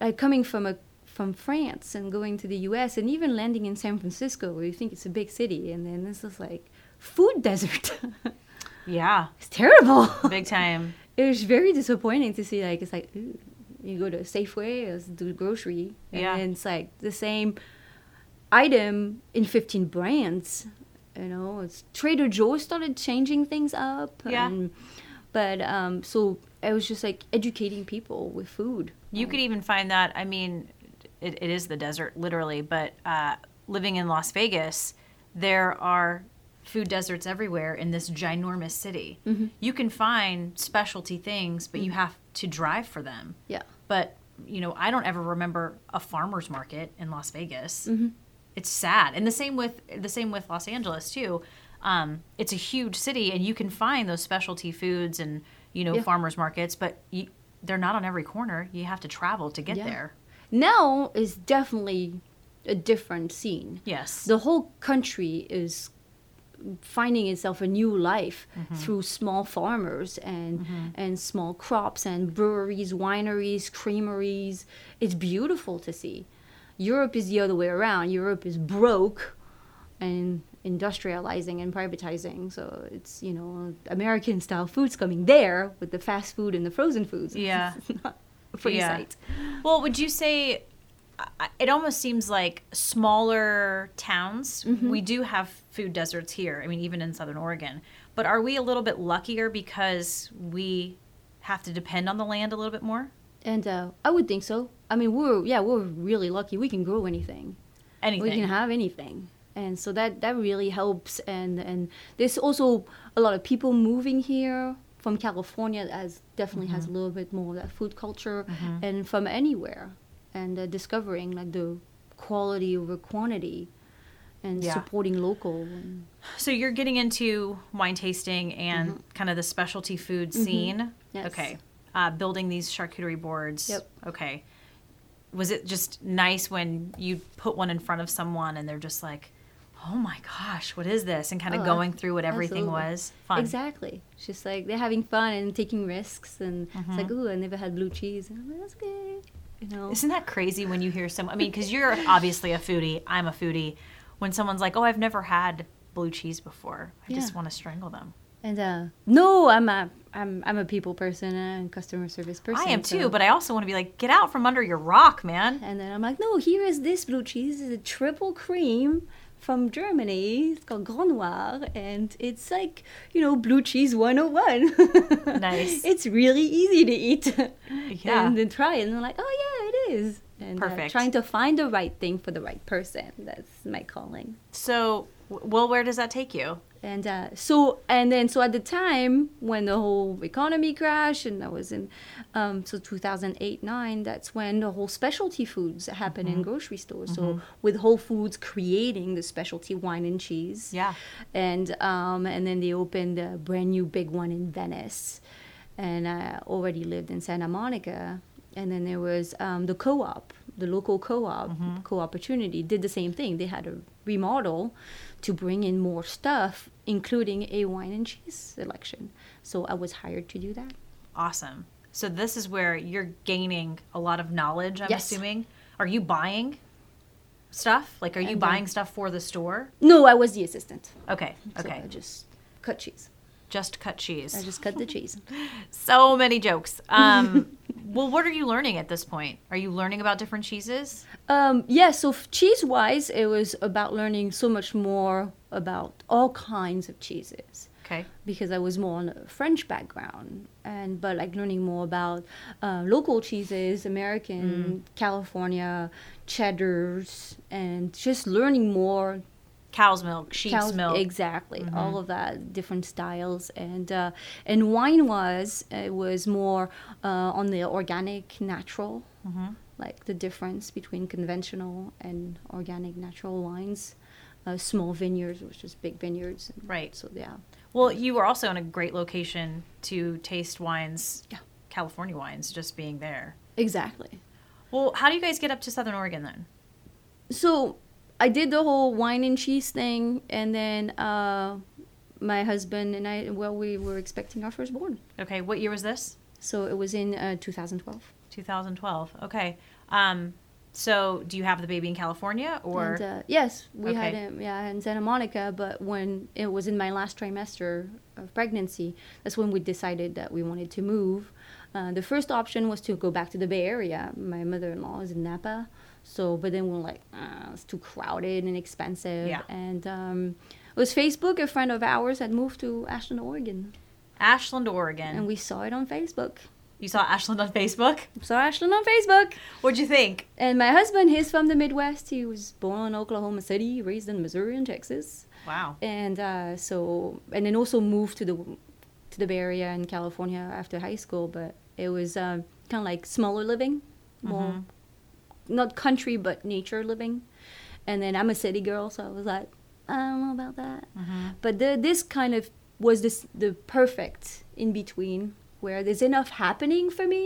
Speaker 2: like coming from a from France and going to the U.S. and even landing in San Francisco, where you think it's a big city, and then this is like food desert.
Speaker 1: yeah.
Speaker 2: it's terrible.
Speaker 1: Big time.
Speaker 2: it was very disappointing to see. Like it's like ooh, you go to Safeway or do grocery, and
Speaker 1: Yeah.
Speaker 2: then it's like the same item in 15 brands. You know, it's Trader Joe started changing things up.
Speaker 1: Yeah.
Speaker 2: And, but um, so I was just like educating people with food.
Speaker 1: You could even find that. I mean, it, it is the desert, literally, but uh, living in Las Vegas, there are food deserts everywhere in this ginormous city.
Speaker 2: Mm-hmm.
Speaker 1: You can find specialty things, but you have to drive for them.
Speaker 2: Yeah.
Speaker 1: But, you know, I don't ever remember a farmer's market in Las Vegas.
Speaker 2: Mm-hmm.
Speaker 1: It's sad. And the same with the same with Los Angeles too. Um, it's a huge city and you can find those specialty foods and, you know,
Speaker 2: Yeah.
Speaker 1: farmers markets, but you, they're not on every corner. You have to travel to get
Speaker 2: Yeah.
Speaker 1: there.
Speaker 2: Now is definitely a different scene.
Speaker 1: Yes.
Speaker 2: the whole country is finding itself a new life
Speaker 1: Mm-hmm.
Speaker 2: through small farmers and and small crops and breweries, wineries, creameries. It's beautiful to see. Europe is the other way around. Europe is broke and industrializing and privatizing. So it's, you know, American style foods coming there with the fast food and the frozen foods.
Speaker 1: Yeah.
Speaker 2: It's not a pretty
Speaker 1: Yeah.
Speaker 2: sight.
Speaker 1: Well, would you say I- it almost seems like smaller towns?
Speaker 2: Mm-hmm.
Speaker 1: We do have food deserts here. I mean, even in Southern Oregon. But are we a little bit luckier because we have to depend on the land a little bit more?
Speaker 2: And uh, I would think so. I mean, we're yeah, we're really lucky. We can grow anything.
Speaker 1: Anything?
Speaker 2: we can have anything and so that that really helps and and there's also a lot of people moving here from california that has definitely has
Speaker 1: Mm-hmm.
Speaker 2: a little bit more of that food culture and from anywhere and uh, discovering like the quality over quantity and
Speaker 1: Yeah.
Speaker 2: supporting local and
Speaker 1: so you're getting into wine tasting and kind of the specialty food scene.
Speaker 2: Mm-hmm. Yes.
Speaker 1: Okay. Uh, building these charcuterie boards.
Speaker 2: Yep.
Speaker 1: Okay. Was it just nice when you put one in front of someone and they're just like, "Oh my gosh, what is this?" and kind of
Speaker 2: Oh,
Speaker 1: going through what everything
Speaker 2: absolutely.
Speaker 1: was. Fun.
Speaker 2: exactly it's just like they're having fun and taking risks and it's like
Speaker 1: Mm-hmm.
Speaker 2: ooh i never had blue cheese and I'm like, that's good you know
Speaker 1: Isn't that crazy when you hear someone? I mean, because you're obviously a foodie. I'm a foodie. When someone's like, "Oh, I've never had blue cheese before," I just
Speaker 2: Yeah.
Speaker 1: want to strangle them.
Speaker 2: and uh no i'm a i'm, I'm a people person and customer service person
Speaker 1: I am
Speaker 2: so-
Speaker 1: too, but I also want to be like, "Get out from under your rock, man."
Speaker 2: And then I'm like, no, here is this blue cheese. It's a triple cream from Germany. It's called Grand Noir. And it's like, you know, blue cheese 101.
Speaker 1: Nice.
Speaker 2: it's really easy to eat.
Speaker 1: Yeah.
Speaker 2: And then try it. And I'm like, oh, yeah, it is. And, uh,
Speaker 1: Perfect.
Speaker 2: trying to find the right thing for the right person. That's my calling.
Speaker 1: So, w- well, where does that take you?
Speaker 2: And uh, so, and then, so at the time when the whole economy crashed, and that was in, um, so 2008, 9, that's when the whole specialty foods happened in grocery stores. So, with Whole Foods creating the specialty wine and cheese.
Speaker 1: Yeah.
Speaker 2: And, um, and then they opened a brand new big one in Venice. And I already lived in Santa Monica. And then there was um, the co op, the local co op, Co Opportunity, did the same thing. They had a remodel to bring in more stuff, including a wine and cheese selection. So I was hired to do that.
Speaker 1: Awesome. So this is where you're gaining a lot of knowledge. I'm
Speaker 2: Yes.
Speaker 1: assuming. Are you buying stuff? Like, are you
Speaker 2: I'm
Speaker 1: buying stuff for the store?
Speaker 2: No, I was the assistant.
Speaker 1: Okay.
Speaker 2: So
Speaker 1: Okay.
Speaker 2: I just cut cheese.
Speaker 1: just cut
Speaker 2: I
Speaker 1: cheese.
Speaker 2: just cut the cheese.
Speaker 1: So many jokes. Um, well, what are you learning at this point? Are you learning about different cheeses?
Speaker 2: Um, yeah, so cheese wise, it was about learning so much more about all kinds of cheeses.
Speaker 1: Okay.
Speaker 2: because I was more on a French background and but like learning more about uh, local cheeses, American, California, cheddars, and just learning more
Speaker 1: Cow's milk, sheep's
Speaker 2: cows-
Speaker 1: milk. Mm-hmm.
Speaker 2: exactly all of that different styles and uh, and wine was it was more uh, on the organic, natural,
Speaker 1: Mm-hmm.
Speaker 2: like the difference between conventional and organic, natural wines. uh, small vineyards versus big vineyards. And
Speaker 1: Right.
Speaker 2: So yeah,
Speaker 1: Well, you were also in a great location to taste wines,
Speaker 2: Yeah.
Speaker 1: California wines, just being there.
Speaker 2: exactly.
Speaker 1: Well, how do you guys get up to Southern Oregon then?
Speaker 2: so I did the whole wine and cheese thing, and then uh, my husband and I, well, we were expecting our firstborn.
Speaker 1: Okay, what year was this?
Speaker 2: So it was in uh, 2012.
Speaker 1: 2012. Okay. Um, so do you have the baby in California or?
Speaker 2: and, uh, yes, we had
Speaker 1: Okay.
Speaker 2: him, yeah, in Santa Monica. But when it was in my last trimester of pregnancy, that's when we decided that we wanted to move. Uh, the first option was to go back to the Bay Area. My mother-in-law is in Napa, so but then we're like, ah, it's too crowded and expensive.
Speaker 1: Yeah.
Speaker 2: And um, it was Facebook. A friend of ours had moved to Ashland, Oregon,
Speaker 1: Ashland, Oregon.
Speaker 2: and we saw it on Facebook.
Speaker 1: you saw Ashland on Facebook.
Speaker 2: Saw Ashland on Facebook.
Speaker 1: What'd you think?
Speaker 2: And my husband, he's from the Midwest. He was born in Oklahoma City, raised in Missouri and Texas.
Speaker 1: Wow.
Speaker 2: and uh, so and then also moved to the to the Bay Area in California after high school. But it was um, kind of like smaller living, more not country but nature living. And then I'm a city girl, so I was like, I don't know about that. But the, this kind of was this the perfect in between where there's enough happening for me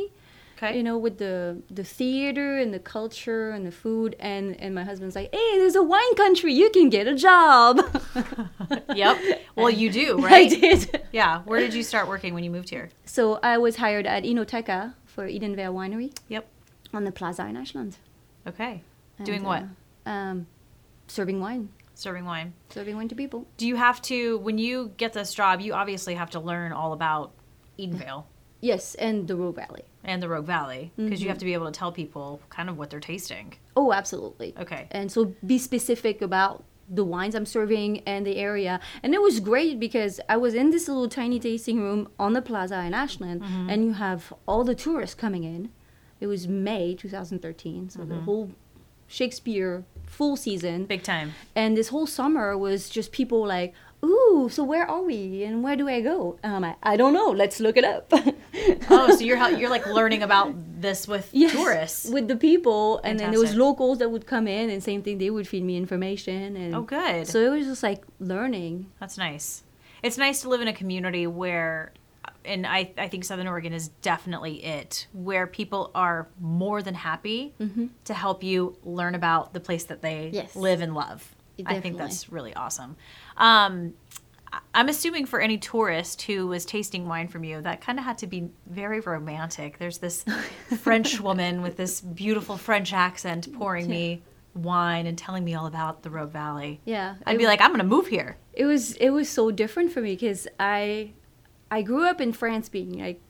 Speaker 1: Okay.
Speaker 2: you know with the the theater and the culture and the food and and my husband's like hey there's a wine country you can get a job
Speaker 1: yep. Well, you do,
Speaker 2: i
Speaker 1: right?
Speaker 2: did
Speaker 1: Yeah. Where did you start working when you moved here?
Speaker 2: so i was hired at inoteca for edenvale winery
Speaker 1: Yep.
Speaker 2: on the plaza in ashland
Speaker 1: Okay.
Speaker 2: And,
Speaker 1: Doing what?
Speaker 2: uh, um, serving wine
Speaker 1: Serving wine.
Speaker 2: serving wine to people
Speaker 1: Do you have to when you get this job? You obviously have to learn all about Edenvale
Speaker 2: yes and the rogue valley
Speaker 1: and the Rogue Valley because
Speaker 2: Mm-hmm.
Speaker 1: you have to be able to tell people kind of what they're tasting.
Speaker 2: oh absolutely
Speaker 1: Okay.
Speaker 2: and so be specific about the wines I'm serving and the area. And it was great because I was in this little tiny tasting room on the plaza in Ashland, and you have all the tourists coming in. It was May 2013, so the whole Shakespeare full season.
Speaker 1: Big time.
Speaker 2: And this whole summer was just people like, ooh, so where are we and where do I go? And I'm like, I don't know, let's look it up.
Speaker 1: Oh, so you're hel- you're like learning about this with
Speaker 2: Yes,
Speaker 1: tourists.
Speaker 2: With the people. And then there was
Speaker 1: Fantastic.
Speaker 2: locals that would come in and same thing, they would feed me information. And
Speaker 1: Oh, good.
Speaker 2: so it was just like learning.
Speaker 1: That's nice. It's nice to live in a community where, and I, I think Southern Oregon is definitely it, where people are more than happy to help you learn about the place that they
Speaker 2: Mm-hmm. Yes.
Speaker 1: live and love. I think
Speaker 2: Definitely.
Speaker 1: that's really awesome. Um, I- I'm assuming for any tourist who was tasting wine from you, that kind of had to be very romantic. There's this French woman with this beautiful French accent pouring me wine and telling me all about the Rogue Valley.
Speaker 2: Yeah,
Speaker 1: I'd
Speaker 2: it,
Speaker 1: be like, I'm going to move here.
Speaker 2: it was it was so different for me because I I grew up in France being like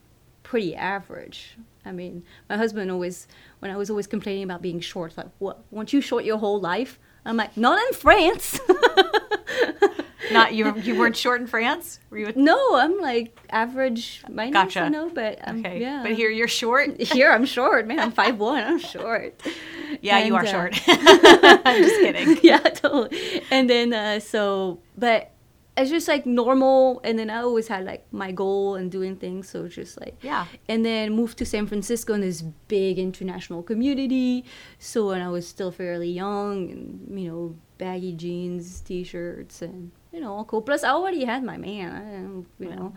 Speaker 2: pretty average. I mean, my husband always when I was always complaining about being short, like, "What? Weren't you short your whole life?" I'm like, "Not in France."
Speaker 1: Not you. You weren't short in France. Were you?
Speaker 2: no, I'm like average minus,
Speaker 1: Gotcha.
Speaker 2: you know, but um,
Speaker 1: Okay.
Speaker 2: yeah.
Speaker 1: But here you're short.
Speaker 2: here I'm short, man. I'm five one. I'm short.
Speaker 1: Yeah, you are
Speaker 2: And, uh,
Speaker 1: short. I'm just kidding.
Speaker 2: yeah, totally. And then uh, so, but it's just like normal. And then I always had like my goal and doing things. So it's just like
Speaker 1: Yeah.
Speaker 2: And then moved to San Francisco in this big international community. So when I was still fairly young, and you know, baggy jeans, t-shirts, and you know, all cool. Plus, I already had my man. I, didn't- you know.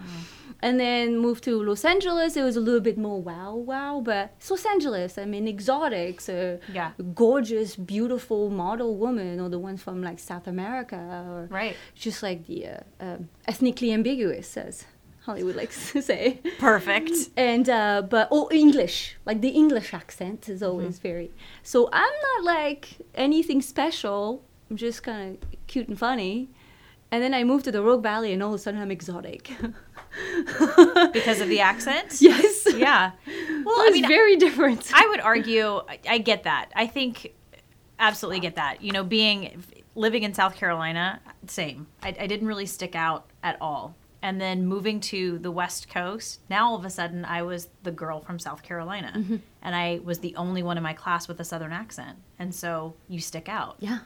Speaker 2: And then moved to Los Angeles. It was a little bit more wow, wow, but it's Los Angeles. I mean, exotics. Uh,
Speaker 1: Yeah.
Speaker 2: gorgeous, beautiful model woman, or the one from like South America, or
Speaker 1: Right.
Speaker 2: just like the uh, um ethnically ambiguous, as Hollywood likes to say.
Speaker 1: Perfect.
Speaker 2: And uh, but oh, English, like the English accent
Speaker 1: Mm-hmm.
Speaker 2: is always very. So I'm not like anything special. I'm just kind of cute and funny. And then I moved to the Rogue Valley, and all of a sudden I'm exotic.
Speaker 1: Because of the accent.
Speaker 2: yes.
Speaker 1: Yeah. Well, I
Speaker 2: it's
Speaker 1: mean,
Speaker 2: very different.
Speaker 1: I would argue. I, I get that. I think, absolutely get that. You know, being living in South Carolina, same. I, I didn't really stick out at all. And then moving to the West Coast, now all of a sudden I was the girl from South Carolina,
Speaker 2: Mm-hmm.
Speaker 1: and I was the only one in my class with a Southern accent. And so you stick out,
Speaker 2: yeah.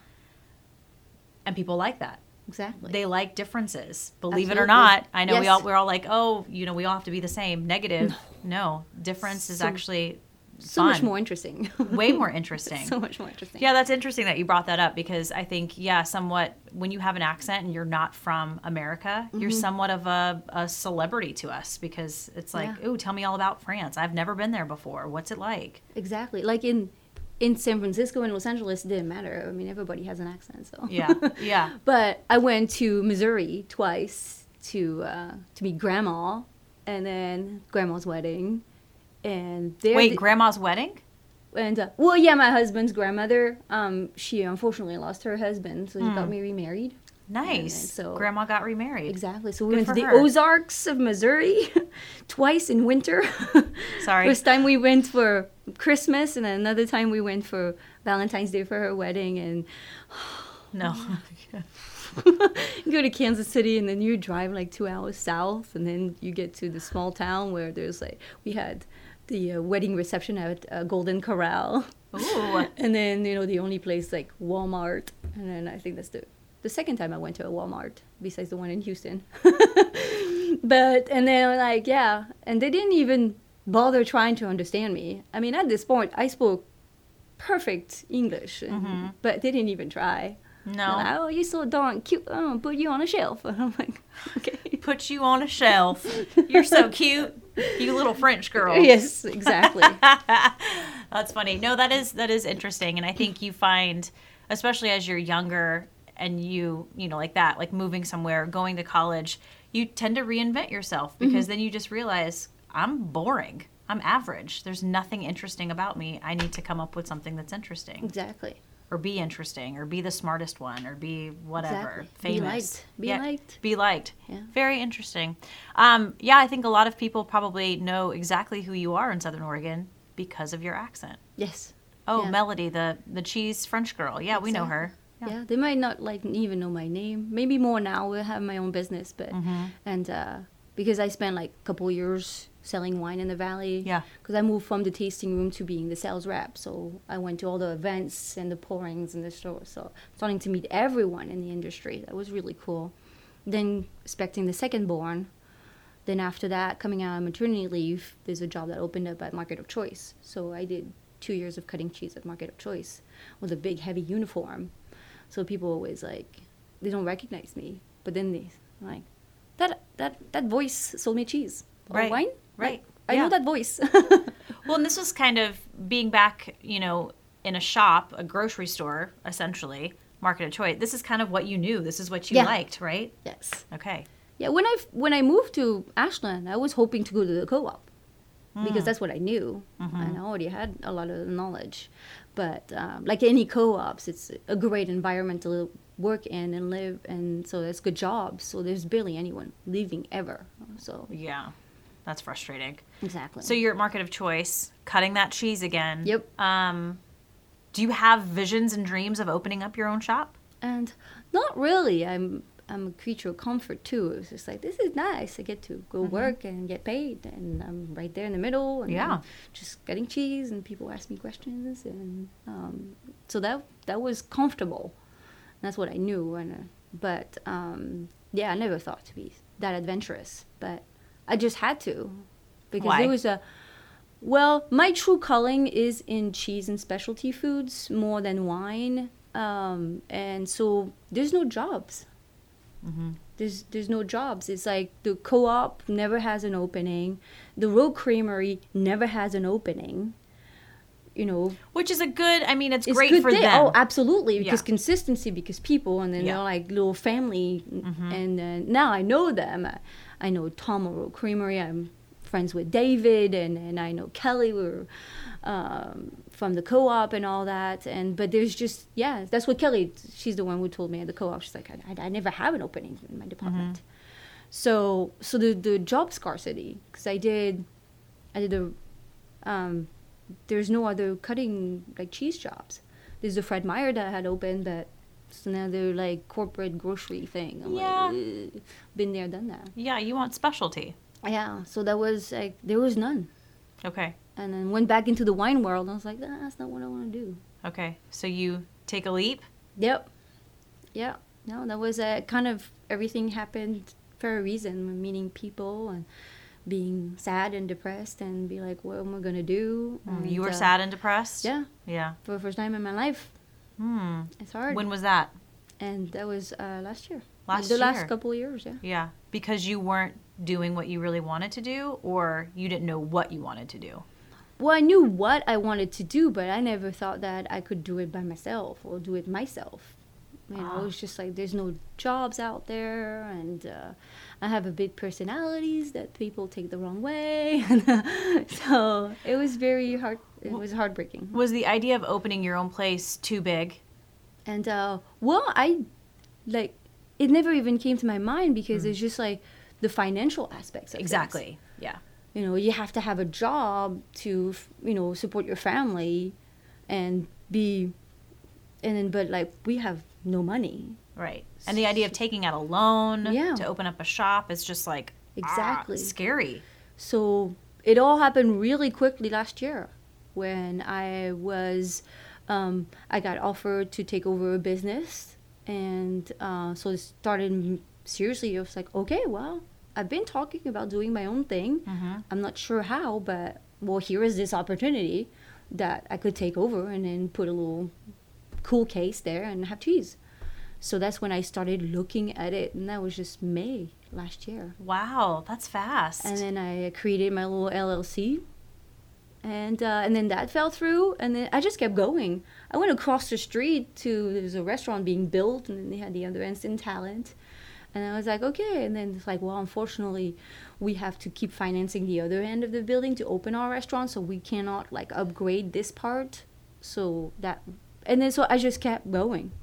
Speaker 1: and people like that.
Speaker 2: Exactly.
Speaker 1: they like differences. Believe it or
Speaker 2: Absolutely.
Speaker 1: not, I know we
Speaker 2: Yes.
Speaker 1: all we're all like, oh, you know, we all have to be the same. Negative, no, difference is
Speaker 2: So-
Speaker 1: actually
Speaker 2: so much
Speaker 1: fun.
Speaker 2: more interesting.
Speaker 1: Way more interesting.
Speaker 2: so much more interesting.
Speaker 1: Yeah, that's interesting that you brought that up because I think, yeah, somewhat when you have an accent and you're not from America, you're
Speaker 2: Mm-hmm.
Speaker 1: somewhat of a, a celebrity to us because it's like,
Speaker 2: Yeah.
Speaker 1: ooh, tell me all about France. I've never been there before. What's it like?
Speaker 2: Exactly. Like in in San Francisco and Los Angeles, it didn't matter. I mean, everybody has an accent, so.
Speaker 1: Yeah, yeah.
Speaker 2: But I went to Missouri twice to uh, to meet grandma, and then grandma's wedding, and there.
Speaker 1: Wait,
Speaker 2: the-
Speaker 1: grandma's wedding?
Speaker 2: and uh, well, yeah, my husband's grandmother. Um, she unfortunately lost her husband, so he got
Speaker 1: Hmm.
Speaker 2: me remarried. then
Speaker 1: Nice.
Speaker 2: so-
Speaker 1: Grandma got remarried.
Speaker 2: Exactly. So we
Speaker 1: Good
Speaker 2: went to
Speaker 1: for
Speaker 2: the
Speaker 1: her.
Speaker 2: Ozarks of Missouri twice in winter.
Speaker 1: Sorry.
Speaker 2: First time we went for Christmas, and another time we went for Valentine's Day for her wedding, and
Speaker 1: No.
Speaker 2: you go to Kansas City and then you drive like two hours south, and then you get to the small town where there's like we had the uh, wedding reception at uh, Golden Corral,
Speaker 1: Ooh.
Speaker 2: and then you know the only place like Walmart, and then I think that's the the second time I went to a Walmart besides the one in Houston. but and then like yeah, and they didn't even bother trying to understand me. I mean at this point I spoke perfect English, and, but they didn't even try. They're
Speaker 1: No.
Speaker 2: like, oh, you're so darn cute. I'm gonna put you on a shelf. And I'm like, okay.
Speaker 1: Put you on a shelf. You're so cute. You little French girl.
Speaker 2: Yes, exactly.
Speaker 1: That's funny. No, that is that is interesting, and I think you find, especially as you're younger and you you know like that, like moving somewhere, going to college, you tend to reinvent yourself
Speaker 2: Mm-hmm.
Speaker 1: because then you just realize I'm boring. I'm average. There's nothing interesting about me. I need to come up with something that's interesting,
Speaker 2: exactly.
Speaker 1: or be interesting, or be the smartest one, or be whatever
Speaker 2: Exactly. Be
Speaker 1: famous.
Speaker 2: liked. Be liked.
Speaker 1: Be liked.
Speaker 2: Yeah.
Speaker 1: Very interesting. Um, yeah, I think a lot of people probably know exactly who you are in Southern Oregon because of your accent.
Speaker 2: Yes.
Speaker 1: Oh,
Speaker 2: Yeah.
Speaker 1: Melody, the the cheese French girl. Yeah, we know her.
Speaker 2: Yeah. They might not like even know my name. Maybe more now. I have my own business, but
Speaker 1: Mm-hmm.
Speaker 2: and uh, because I spent like a couple years selling wine in the valley.
Speaker 1: Yeah.
Speaker 2: Because I moved from the tasting room to being the sales rep, so I went to all the events and the pourings in the store. So starting to meet everyone in the industry. That was really cool. Then expecting the second born. Then after that, coming out on maternity leave, there's a job that opened up at Market of Choice. So I did two years of cutting cheese at Market of Choice with a big heavy uniform. So people always like they don't recognize me, but then they like that that that voice sold me cheese or
Speaker 1: Right,
Speaker 2: wine.
Speaker 1: right,
Speaker 2: Like, I
Speaker 1: yeah.
Speaker 2: know that voice.
Speaker 1: Well, and this was kind of being back, you know, in a shop, a grocery store, essentially, market of choice. This is kind of what you knew. This is what you
Speaker 2: Yeah.
Speaker 1: liked, right?
Speaker 2: yes.
Speaker 1: Okay.
Speaker 2: Yeah, when I when I moved to Ashland, I was hoping to go to the co-op because that's what I knew, and I already had a lot of the knowledge. But um, like any co-ops, it's a great environment to li- work in and live, and so there's good jobs. So there's barely anyone leaving ever. So
Speaker 1: Yeah. That's frustrating.
Speaker 2: exactly.
Speaker 1: So you're at market of choice, cutting that cheese again.
Speaker 2: Yep.
Speaker 1: Um, do you have visions and dreams of opening up your own shop?
Speaker 2: and not really. I'm I'm a creature of comfort too. It's just like this is nice. I get to go work and get paid, and I'm right there in the middle. And
Speaker 1: Yeah.
Speaker 2: just getting cheese, and people ask me questions, and um, so that that was comfortable. That's what I knew, and uh, but um, yeah, I never thought to be that adventurous, but I just had to because
Speaker 1: Why?
Speaker 2: there was a well, my true calling is in cheese and specialty foods more than wine, um, and so there's no jobs. There's there's no jobs. It's like the co-op never has an opening, the Rogue Creamery never has an opening. You know,
Speaker 1: Which is a good. I mean, it's,
Speaker 2: it's
Speaker 1: great
Speaker 2: good
Speaker 1: for
Speaker 2: thing.
Speaker 1: them.
Speaker 2: Oh, absolutely, because
Speaker 1: Yeah.
Speaker 2: consistency, because people, and then
Speaker 1: Yeah. Mm-hmm.
Speaker 2: they're like little family, and uh, now I know them. I, I know Tom O'Rourke Creamery. I'm friends with David, and, and I know Kelly. We were um, from the co-op and all that. And but there's just yeah, that's what Kelly. She's the one who told me at the co-op. She's like, I, I, I never have an opening in
Speaker 1: Mm-hmm.
Speaker 2: my department. So so the the job scarcity because I did I did a um, there's no other cutting like cheese jobs. There's the Fred Meyer that I had opened, but it's another like corporate grocery thing. I'm
Speaker 1: Yeah.
Speaker 2: like, "Ugh." been there, done that.
Speaker 1: yeah, you want specialty.
Speaker 2: Yeah, so that was like there was none,
Speaker 1: Okay.
Speaker 2: and then went back into the wine world. And I was like, "Nah, that's not what I want to do.
Speaker 1: Okay. So you take a leap.
Speaker 2: Yep. Yeah. uh, No, that was a kind of everything happened for a reason. Meeting people and being sad and depressed and be like, what am I gonna do? And,
Speaker 1: Mm, You were
Speaker 2: uh,
Speaker 1: sad and depressed.
Speaker 2: Yeah,
Speaker 1: Yeah.
Speaker 2: for the first time in my life.
Speaker 1: Hmm.
Speaker 2: It's hard.
Speaker 1: When was that?
Speaker 2: and that was uh, last year.
Speaker 1: Last
Speaker 2: the
Speaker 1: year.
Speaker 2: last couple of years, yeah.
Speaker 1: Yeah. Because you weren't doing what you really wanted to do, or you didn't know what you wanted to do.
Speaker 2: Well, I knew what I wanted to do, but I never thought that I could do it by myself or do it myself. You know,
Speaker 1: Ah.
Speaker 2: it's just like there's no jobs out there, and uh, I have a big personalities that people take the wrong way. so it was very hard. It was heartbreaking.
Speaker 1: Was the idea of opening your own place too big?
Speaker 2: And uh, well, I like it never even came to my mind because it's just like the financial aspects. Of things.
Speaker 1: Hmm. Exactly. Yeah.
Speaker 2: You know, you have to have a job to f- you know support your family, and be, and then but like we have no money.
Speaker 1: Right. And the idea of taking out a loan
Speaker 2: Yeah.
Speaker 1: to open up a shop is just like ah,
Speaker 2: Exactly.
Speaker 1: scary.
Speaker 2: So it all happened really quickly last year when I was, um, I got offered to take over a business. And uh, so it started seriously. I was like, okay, well, I've been talking about doing my own thing. I'm not sure how, but well, here is this opportunity that I could take over and then put a little cool case there and have cheese. So that's when I started looking at it. And that was just May last year.
Speaker 1: Wow, that's fast.
Speaker 2: And then I created my little LLC. And uh, and then that fell through, and then I just kept going. I went across the street to there was a restaurant being built, and then they had the other instant talent, and I was like, okay. And then it's like, well, unfortunately, we have to keep financing the other end of the building to open our restaurant, so we cannot like upgrade this part. So that, and then so I just kept going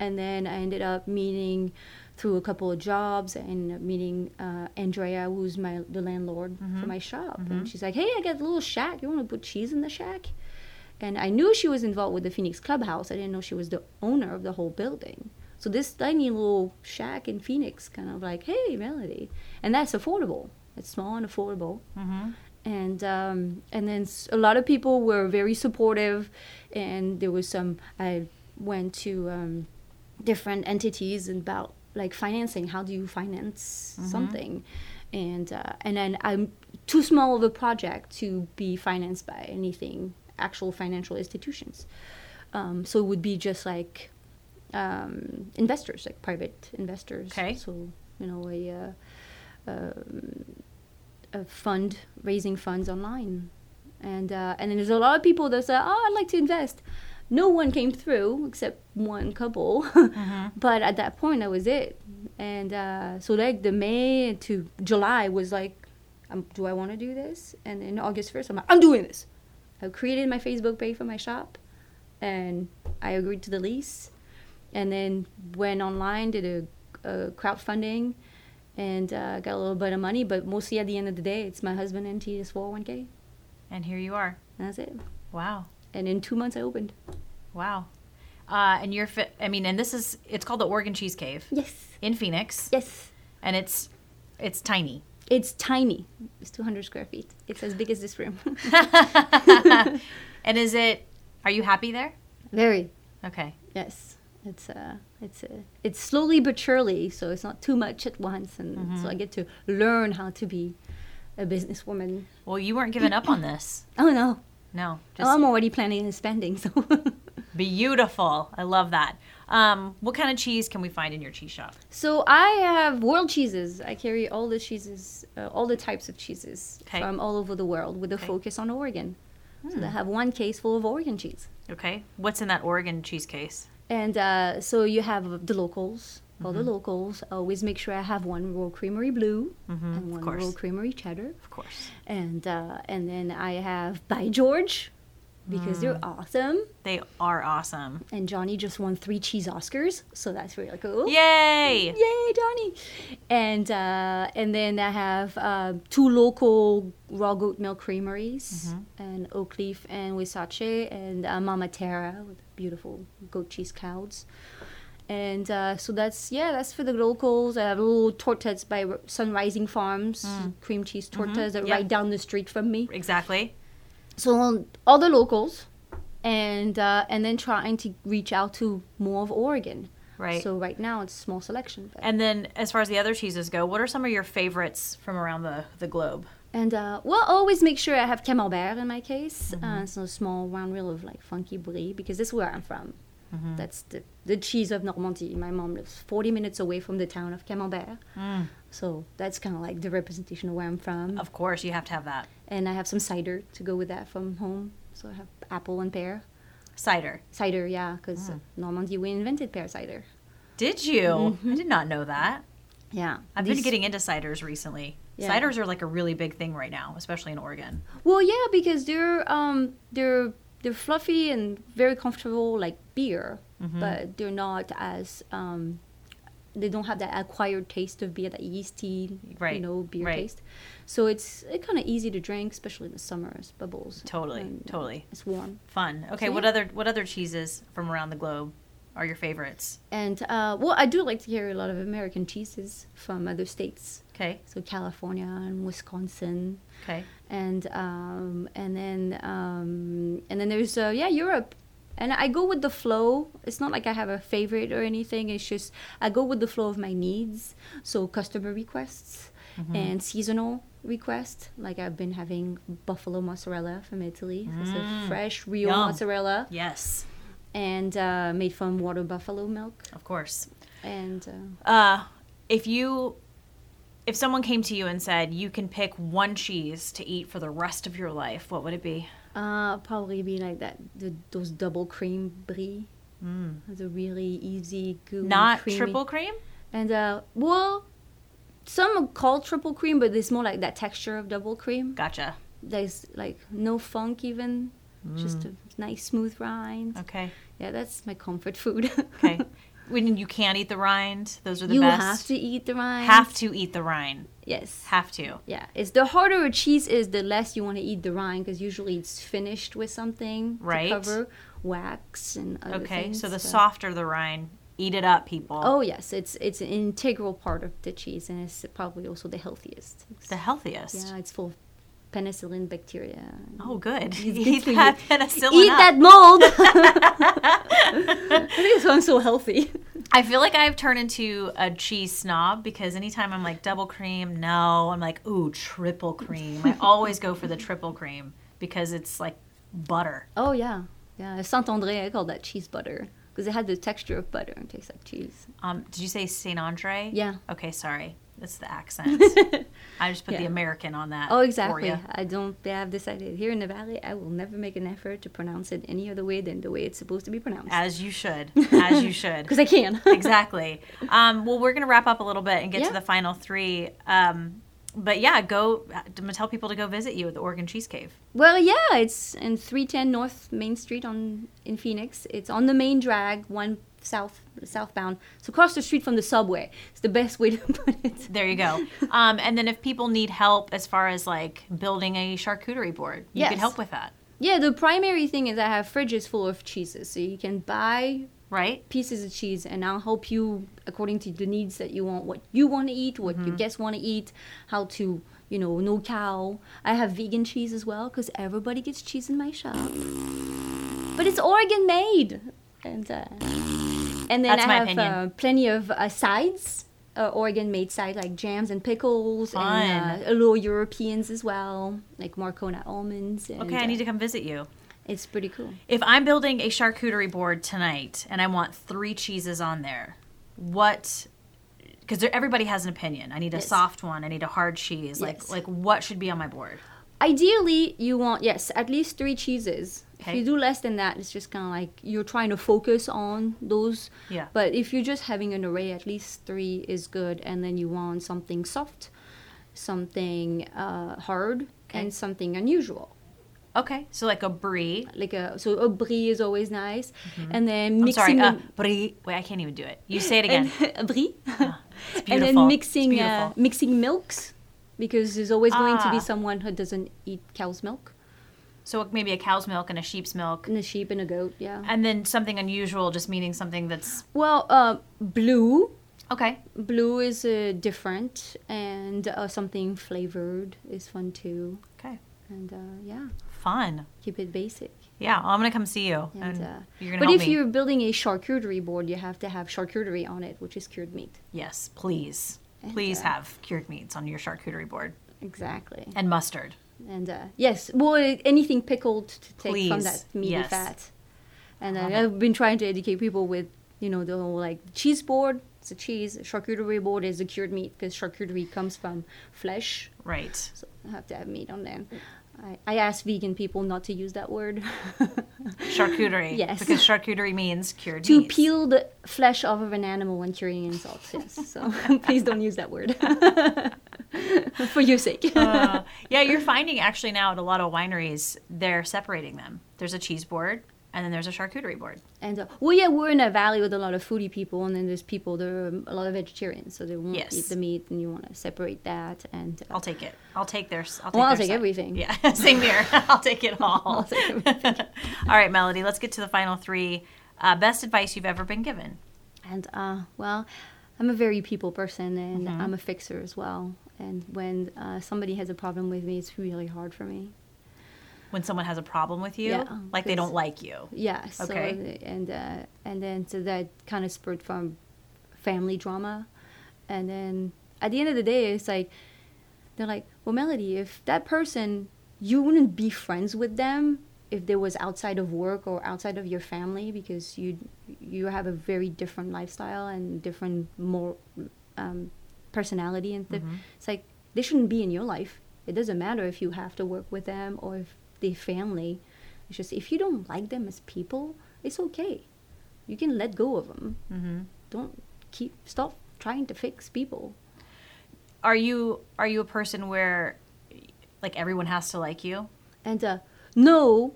Speaker 2: and then I ended up meeting through a couple of jobs and meeting uh, Andrea, who's my the landlord for my shop, and she's like, "Hey, I got a little shack. You want to put cheese in the shack?" And I knew she was involved with the Phoenix Clubhouse. I didn't know she was the owner of the whole building. So this tiny little shack in Phoenix, kind of like, "Hey, Melody," and that's affordable. It's small and affordable
Speaker 1: mm-hmm.
Speaker 2: and um, and then s- a lot of people were very supportive, and there was some. I went to um, different entities and about like financing. How do you finance something? And uh, and then I'm too small of a project to be financed by anything actual financial institutions. Um, so it would be just like um, investors, like private investors.
Speaker 1: Okay.
Speaker 2: So you know a. Uh, um, a fund raising funds online and uh, and then there's a lot of people that say oh i'd like to invest no one came through except one couple
Speaker 1: Mm-hmm.
Speaker 2: but at that point that was it and uh, so like the may to july was like um, do i want to do this and then august 1st i'm like i'm doing this i created my facebook page for my shop and i agreed to the lease and then went online did a, a crowdfunding and uh, got a little bit of money but mostly at the end of the day it's my husband and oh his 401k and
Speaker 1: And here you are.
Speaker 2: that's it
Speaker 1: Wow.
Speaker 2: and in two months i opened
Speaker 1: Wow. Uh, and you're fit. I mean, and this is it's called the Oregon Cheese Cave
Speaker 2: yes
Speaker 1: in Phoenix,
Speaker 2: yes
Speaker 1: and it's it's tiny.
Speaker 2: it's tiny it's 200 square feet it's as big as this room
Speaker 1: And is it? Are you happy there?
Speaker 2: very
Speaker 1: Okay.
Speaker 2: Yes, it's uh, it's uh, it's slowly but surely, so it's not too much at once, and
Speaker 1: Mm-hmm.
Speaker 2: so I get to learn how to be a businesswoman.
Speaker 1: Well, you weren't giving up on this.
Speaker 2: Oh no,
Speaker 1: No.
Speaker 2: oh, I'm already planning and spending. So
Speaker 1: Beautiful. I love that. Um, what kind of cheese can we find in your cheese shop?
Speaker 2: So I have world cheeses. I carry all the cheeses, uh, all the types of cheeses
Speaker 1: Okay.
Speaker 2: from all over the world with a
Speaker 1: Okay. Hmm.
Speaker 2: focus on Oregon. So I have one case full of Oregon cheese.
Speaker 1: Okay. What's in that Oregon cheese case?
Speaker 2: And uh, so you have the locals, all
Speaker 1: Mm-hmm.
Speaker 2: the locals. I always make sure I have one Royal Creamery Blue and one
Speaker 1: Mm-hmm. course.
Speaker 2: Royal Creamery Cheddar.
Speaker 1: Of course.
Speaker 2: and uh, and then I have By George because they're
Speaker 1: Mm.
Speaker 2: awesome.
Speaker 1: They are awesome.
Speaker 2: And Johnny just won three cheese Oscars, so that's really cool.
Speaker 1: Yay!
Speaker 2: Yay, Johnny! And uh, and then I have uh, two local raw goat milk creameries,
Speaker 1: Mm-hmm.
Speaker 2: and Oak Leaf and Wisace, and uh, Mama Terra with beautiful goat cheese clouds. And uh, so that's yeah, that's for the locals. I have little tortas by Sun Rising Farms, cream cheese tortas that
Speaker 1: Mm. Mm-hmm. yeah.
Speaker 2: right down the street from me
Speaker 1: Exactly.
Speaker 2: so all the locals and uh, and then trying to reach out to more of Oregon
Speaker 1: Right.
Speaker 2: So right now it's small selection. But,
Speaker 1: and then, as far as the other cheeses go, what are some of your favorites from around the, the globe?
Speaker 2: and uh, well, always make sure I have camembert in my case.
Speaker 1: Mm-hmm.
Speaker 2: Uh, so a small round reel of like funky brie because this is where I'm from.
Speaker 1: Mm-hmm.
Speaker 2: That's the, the cheese of Normandy. My mom lives 40 minutes away from the town of Camembert. So that's kind of like the representation of where I'm from.
Speaker 1: Mm. Of course, you have to have that
Speaker 2: And I have some cider to go with that from home. So I have apple and pear.
Speaker 1: cider.
Speaker 2: Cider, yeah, because
Speaker 1: Mm.
Speaker 2: Normandy, we invented pear cider.
Speaker 1: Did you? I did not know that.
Speaker 2: Yeah.
Speaker 1: I've been
Speaker 2: These-
Speaker 1: getting into ciders recently.
Speaker 2: Yeah.
Speaker 1: Ciders are like a really big thing right now, especially in Oregon.
Speaker 2: Well, yeah, because they're um they're they're fluffy and very comfortable like beer,
Speaker 1: Mm-hmm.
Speaker 2: but they're not as um they don't have that acquired taste of beer, that yeasty you
Speaker 1: Right,
Speaker 2: know beer
Speaker 1: right.
Speaker 2: taste. So it's it kind of easy to drink, especially in the summer. It's bubbles.
Speaker 1: Totally,
Speaker 2: and
Speaker 1: totally
Speaker 2: It's warm.
Speaker 1: fun. Okay,
Speaker 2: So,
Speaker 1: what
Speaker 2: yeah.
Speaker 1: other what other cheeses from around the globe are your favorites?
Speaker 2: And uh, well, I do like to hear a lot of American cheeses from other states,
Speaker 1: Okay,
Speaker 2: so California and Wisconsin.
Speaker 1: okay,
Speaker 2: and um, and then um, and then there's uh, yeah Europe, and I go with the flow. It's not like I have a favorite or anything. It's just I go with the flow of my needs. So customer requests
Speaker 1: Mm-hmm.
Speaker 2: and seasonal requests. Like I've been having buffalo mozzarella from Italy. So It's a fresh real
Speaker 1: Mm. Yum.
Speaker 2: mozzarella
Speaker 1: yes,
Speaker 2: and uh, made from water buffalo milk.
Speaker 1: of course.
Speaker 2: And uh,
Speaker 1: Uh, if you if someone came to you and said you can pick one cheese to eat for the rest of your life, what would it be?
Speaker 2: uh, probably be like that. The, those double cream brie. The really easy, gooey,
Speaker 1: Mm. Not
Speaker 2: creamy.
Speaker 1: triple cream?
Speaker 2: And uh, well, some are called triple cream, but it's more like that texture of double cream.
Speaker 1: Gotcha.
Speaker 2: There's like no funk even, just a nice smooth rind.
Speaker 1: Mm. Okay.
Speaker 2: Yeah, that's my comfort food.
Speaker 1: Okay. when you can't eat the rind, those are the
Speaker 2: you
Speaker 1: best.
Speaker 2: have to eat the rind.
Speaker 1: Have to eat the rind.
Speaker 2: Yes.
Speaker 1: Have to.
Speaker 2: Yeah, it's the harder a cheese is, the less you want to eat the rind because usually it's finished with something
Speaker 1: Right.
Speaker 2: to cover wax and other
Speaker 1: Okay.
Speaker 2: things.
Speaker 1: so the softer the rind, eat it up, people.
Speaker 2: Oh yes, it's it's an integral part of the cheese and it's probably also the healthiest.
Speaker 1: The healthiest.
Speaker 2: Yeah, it's full of penicillin bacteria.
Speaker 1: Oh, good.
Speaker 2: It's good
Speaker 1: eat
Speaker 2: for you.
Speaker 1: that penicillin.
Speaker 2: Eat
Speaker 1: up.
Speaker 2: that mold. I think it's why I'm so healthy.
Speaker 1: I feel like I've turned into a cheese snob because anytime I'm like double cream, no, I'm like, ooh, triple cream. I always go for the triple cream because it's like butter.
Speaker 2: Oh yeah, yeah. Saint Andre, I call that cheese butter because it had the texture of butter and tastes like cheese.
Speaker 1: Um, did you say Saint Andre?
Speaker 2: Yeah.
Speaker 1: Okay, sorry. That's the accent. I just put the
Speaker 2: Yeah.
Speaker 1: American on that.
Speaker 2: Oh
Speaker 1: for
Speaker 2: exactly.
Speaker 1: ya.
Speaker 2: I don't. I've decided here in the valley, I will never make an effort to pronounce it any other way than the way it's supposed to be pronounced.
Speaker 1: As you should. As you should.
Speaker 2: Because I can.
Speaker 1: exactly. Um, well, we're going to wrap up a little bit and get to
Speaker 2: Yeah.
Speaker 1: the final three. Um, but yeah, go I'm gonna tell people to go visit you at the Oregon Cheese Cave.
Speaker 2: Well, yeah, it's in 310 North Main Street on in Phoenix. It's on the main drag, one south southbound. So across the street from the subway. It's the best way to put it.
Speaker 1: There you go. Um, and then if people need help as far as like building a charcuterie board, you can
Speaker 2: Yes.
Speaker 1: help with that,
Speaker 2: Yeah, the primary thing is I have fridges full of cheeses, so you can buy
Speaker 1: right?
Speaker 2: pieces of cheese, and I'll help you according to the needs that you want, what you want to eat, what
Speaker 1: Mm-hmm.
Speaker 2: your guests want to eat, how to. You know, no cow. I have vegan cheese as well because everybody gets cheese in my shop, but it's Oregon made, and uh, and then
Speaker 1: That's
Speaker 2: I
Speaker 1: my
Speaker 2: have
Speaker 1: opinion.
Speaker 2: uh, plenty of uh, sides, uh, Oregon made side like jams and pickles, and uh, a little Europeans as well, like Marcona almonds. And,
Speaker 1: Okay, I
Speaker 2: uh,
Speaker 1: need to come visit you.
Speaker 2: It's pretty cool.
Speaker 1: If I'm building a charcuterie board tonight and I want three cheeses on there, what? Because everybody has an opinion. I need a
Speaker 2: Yes.
Speaker 1: soft one. I need a hard cheese. Like
Speaker 2: Yes.
Speaker 1: like what should be on my board?
Speaker 2: Ideally, you want yes, at least three cheeses.
Speaker 1: Okay.
Speaker 2: If you do less than that, it's just kind of like you're trying to focus on those.
Speaker 1: Yeah.
Speaker 2: But if you're just having an array, at least three is good, and then you want something soft, something uh, hard,
Speaker 1: Okay.
Speaker 2: and something unusual.
Speaker 1: Okay, so like a brie.
Speaker 2: like a so a brie is always nice, and then
Speaker 1: Mm-hmm. I'm sorry,
Speaker 2: mixing
Speaker 1: uh,
Speaker 2: them-
Speaker 1: brie. Wait, I can't even do it. You say it again.
Speaker 2: and, a brie,
Speaker 1: It's
Speaker 2: and
Speaker 1: beautiful.
Speaker 2: then
Speaker 1: It's
Speaker 2: mixing uh,
Speaker 1: beautiful.
Speaker 2: mixing milks because there's always going to
Speaker 1: Ah.
Speaker 2: be someone who doesn't eat cow's milk
Speaker 1: so maybe a cow's milk and a sheep's milk.
Speaker 2: and a sheep and a goat. Yeah.
Speaker 1: And then something unusual, just meaning something that's
Speaker 2: Well, uh, blue
Speaker 1: okay.
Speaker 2: blue is uh, different, and uh, something flavored is fun too.
Speaker 1: Okay,
Speaker 2: And uh, yeah,
Speaker 1: fun.
Speaker 2: keep it basic.
Speaker 1: Yeah, I'm gonna come see you, and,
Speaker 2: And, uh,
Speaker 1: you're gonna.
Speaker 2: but
Speaker 1: help
Speaker 2: if
Speaker 1: me.
Speaker 2: you're building a charcuterie board, you have to have charcuterie on it, which is cured meat.
Speaker 1: yes, please,
Speaker 2: And,
Speaker 1: please
Speaker 2: uh,
Speaker 1: have cured meats on your charcuterie board
Speaker 2: Exactly.
Speaker 1: and mustard.
Speaker 2: And uh, yes, well, anything pickled to take from
Speaker 1: Please,
Speaker 2: that meaty
Speaker 1: yes.
Speaker 2: fat. And
Speaker 1: Love
Speaker 2: I,
Speaker 1: it.
Speaker 2: I've been trying to educate people with, you know, the whole like cheese board. It's a cheese. Charcuterie board is a cured meat because charcuterie comes from flesh,
Speaker 1: Right.
Speaker 2: so I have to have meat on them. I, I ask vegan people not to use that word.
Speaker 1: Charcuterie.
Speaker 2: Yes.
Speaker 1: Because charcuterie means cured
Speaker 2: to
Speaker 1: meats.
Speaker 2: peel the flesh off of an animal when curing in salt. Yes, so please don't use that word for your sake.
Speaker 1: Uh, yeah, you're finding actually now at a lot of wineries, they're separating them. There's a cheese board and then there's a charcuterie board.
Speaker 2: And uh, well, yeah, we're in a valley with a lot of foodie people, and then there's people that are um, a lot of vegetarians, so they won't
Speaker 1: Yes.
Speaker 2: eat the meat, and you want to separate that. And uh,
Speaker 1: I'll take it. I'll take their. s- I'll take,
Speaker 2: well, I'll
Speaker 1: their
Speaker 2: take
Speaker 1: side.
Speaker 2: everything.
Speaker 1: Yeah, same here. I'll take it all.
Speaker 2: I'll take everything.
Speaker 1: all right, Melody, let's get to the final three. Uh, best advice you've ever been given.
Speaker 2: And uh, well, I'm a very people person, and
Speaker 1: Mm-hmm.
Speaker 2: I'm a fixer as well. And when uh, somebody has a problem with me, it's really hard for me.
Speaker 1: When someone has a problem with you,
Speaker 2: Yeah,
Speaker 1: like they don't
Speaker 2: because-
Speaker 1: like you.
Speaker 2: Yeah. So
Speaker 1: Okay.
Speaker 2: the- and uh, and then so that kind of spurred from family drama, and then at the end of the day, it's like they're like, well, Melody, if that person, you wouldn't be friends with them if they was outside of work or outside of your family because you you have a very different lifestyle and different more um, personality and th- it's like they shouldn't be in your life. It doesn't matter if you have to work with them or if they family. It's just if you don't like them as people, it's okay. You can let go of them.
Speaker 1: Mhm.
Speaker 2: Don't keep stop trying to fix people.
Speaker 1: Are you are you a person where like everyone has to like you?
Speaker 2: And uh, no,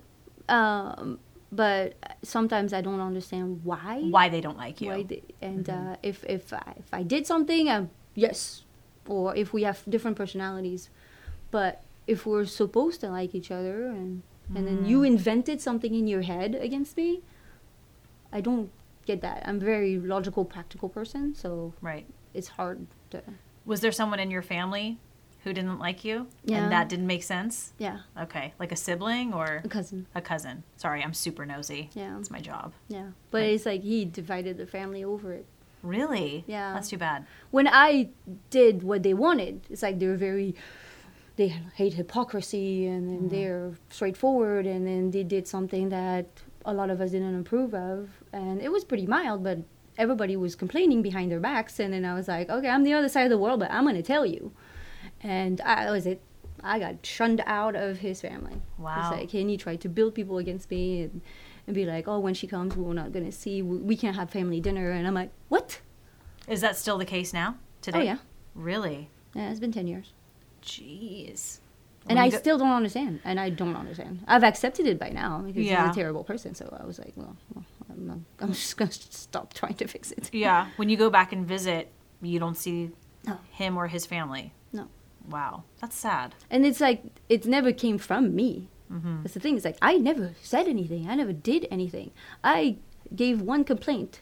Speaker 2: um, but sometimes I don't understand why.
Speaker 1: Why they don't like you?
Speaker 2: why they, and uh, if if I, if I did something, i yes, or if we have different personalities, but if we're supposed to like each other, and and then you invented something in your head against me, I don't get that. I'm a very logical, practical person, so
Speaker 1: right.
Speaker 2: it's hard to
Speaker 1: Was there someone in your family who didn't like you?
Speaker 2: Yeah.
Speaker 1: And that didn't make sense?
Speaker 2: yeah,
Speaker 1: Okay. Like a sibling or
Speaker 2: a cousin,
Speaker 1: a cousin. Sorry, I'm super nosy.
Speaker 2: yeah,
Speaker 1: That's my job.
Speaker 2: yeah. But
Speaker 1: Right.
Speaker 2: it's like he divided the family over it.
Speaker 1: Really?
Speaker 2: Yeah.
Speaker 1: That's too bad.
Speaker 2: when I did what they wanted, it's like they're very, they hate hypocrisy and then they're straightforward, and then they did something that a lot of us didn't approve of, and it was pretty mild, but everybody was complaining behind their backs, and then I was like, okay, I'm the other side of the world, but I'm gonna tell you, and I was it. I got shunned out of his family.
Speaker 1: Wow.
Speaker 2: It's like, and he tried to build people against me and, and be like, oh, when she comes, we're not going to see, we, we can't have family dinner. And I'm like, what?
Speaker 1: Is that still the case now? Today?
Speaker 2: Oh, yeah.
Speaker 1: Really?
Speaker 2: Yeah, it's been 10 years.
Speaker 1: Jeez.
Speaker 2: And
Speaker 1: When
Speaker 2: I
Speaker 1: you go-
Speaker 2: still don't understand. And I don't understand. I've accepted it by now because
Speaker 1: Yeah.
Speaker 2: he's a terrible person. So I was like, well, well, I'm, not, I'm just going to stop trying to fix it.
Speaker 1: Yeah. When you go back and visit, you don't see
Speaker 2: No.
Speaker 1: him or his family.
Speaker 2: No.
Speaker 1: Wow. That's sad.
Speaker 2: And it's like, it never came from me. That's the thing. It's like, I never said anything. I never did anything. I gave one complaint.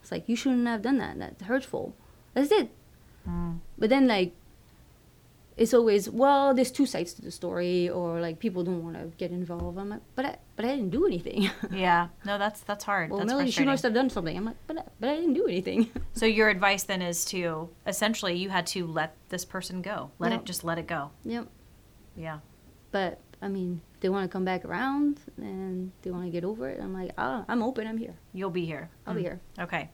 Speaker 2: It's like, you shouldn't have done that. That's hurtful. That's it. But then, like, it's always, well, there's two sides to the story, or like people don't want to get involved. I'm like, but I, but I didn't do anything.
Speaker 1: Yeah. No, that's that's hard.
Speaker 2: well,
Speaker 1: that's
Speaker 2: Melody, she
Speaker 1: frustrating.
Speaker 2: must have done something. I'm like, but I, but I didn't do anything.
Speaker 1: So your advice then is to essentially you had to let this person go. Let
Speaker 2: Yeah.
Speaker 1: it just let it go.
Speaker 2: yep.
Speaker 1: Yeah.
Speaker 2: But I mean, they want to come back around and they want to get over it. I'm like, ah, I'm open. I'm here.
Speaker 1: You'll be here.
Speaker 2: I'll be here.
Speaker 1: Okay.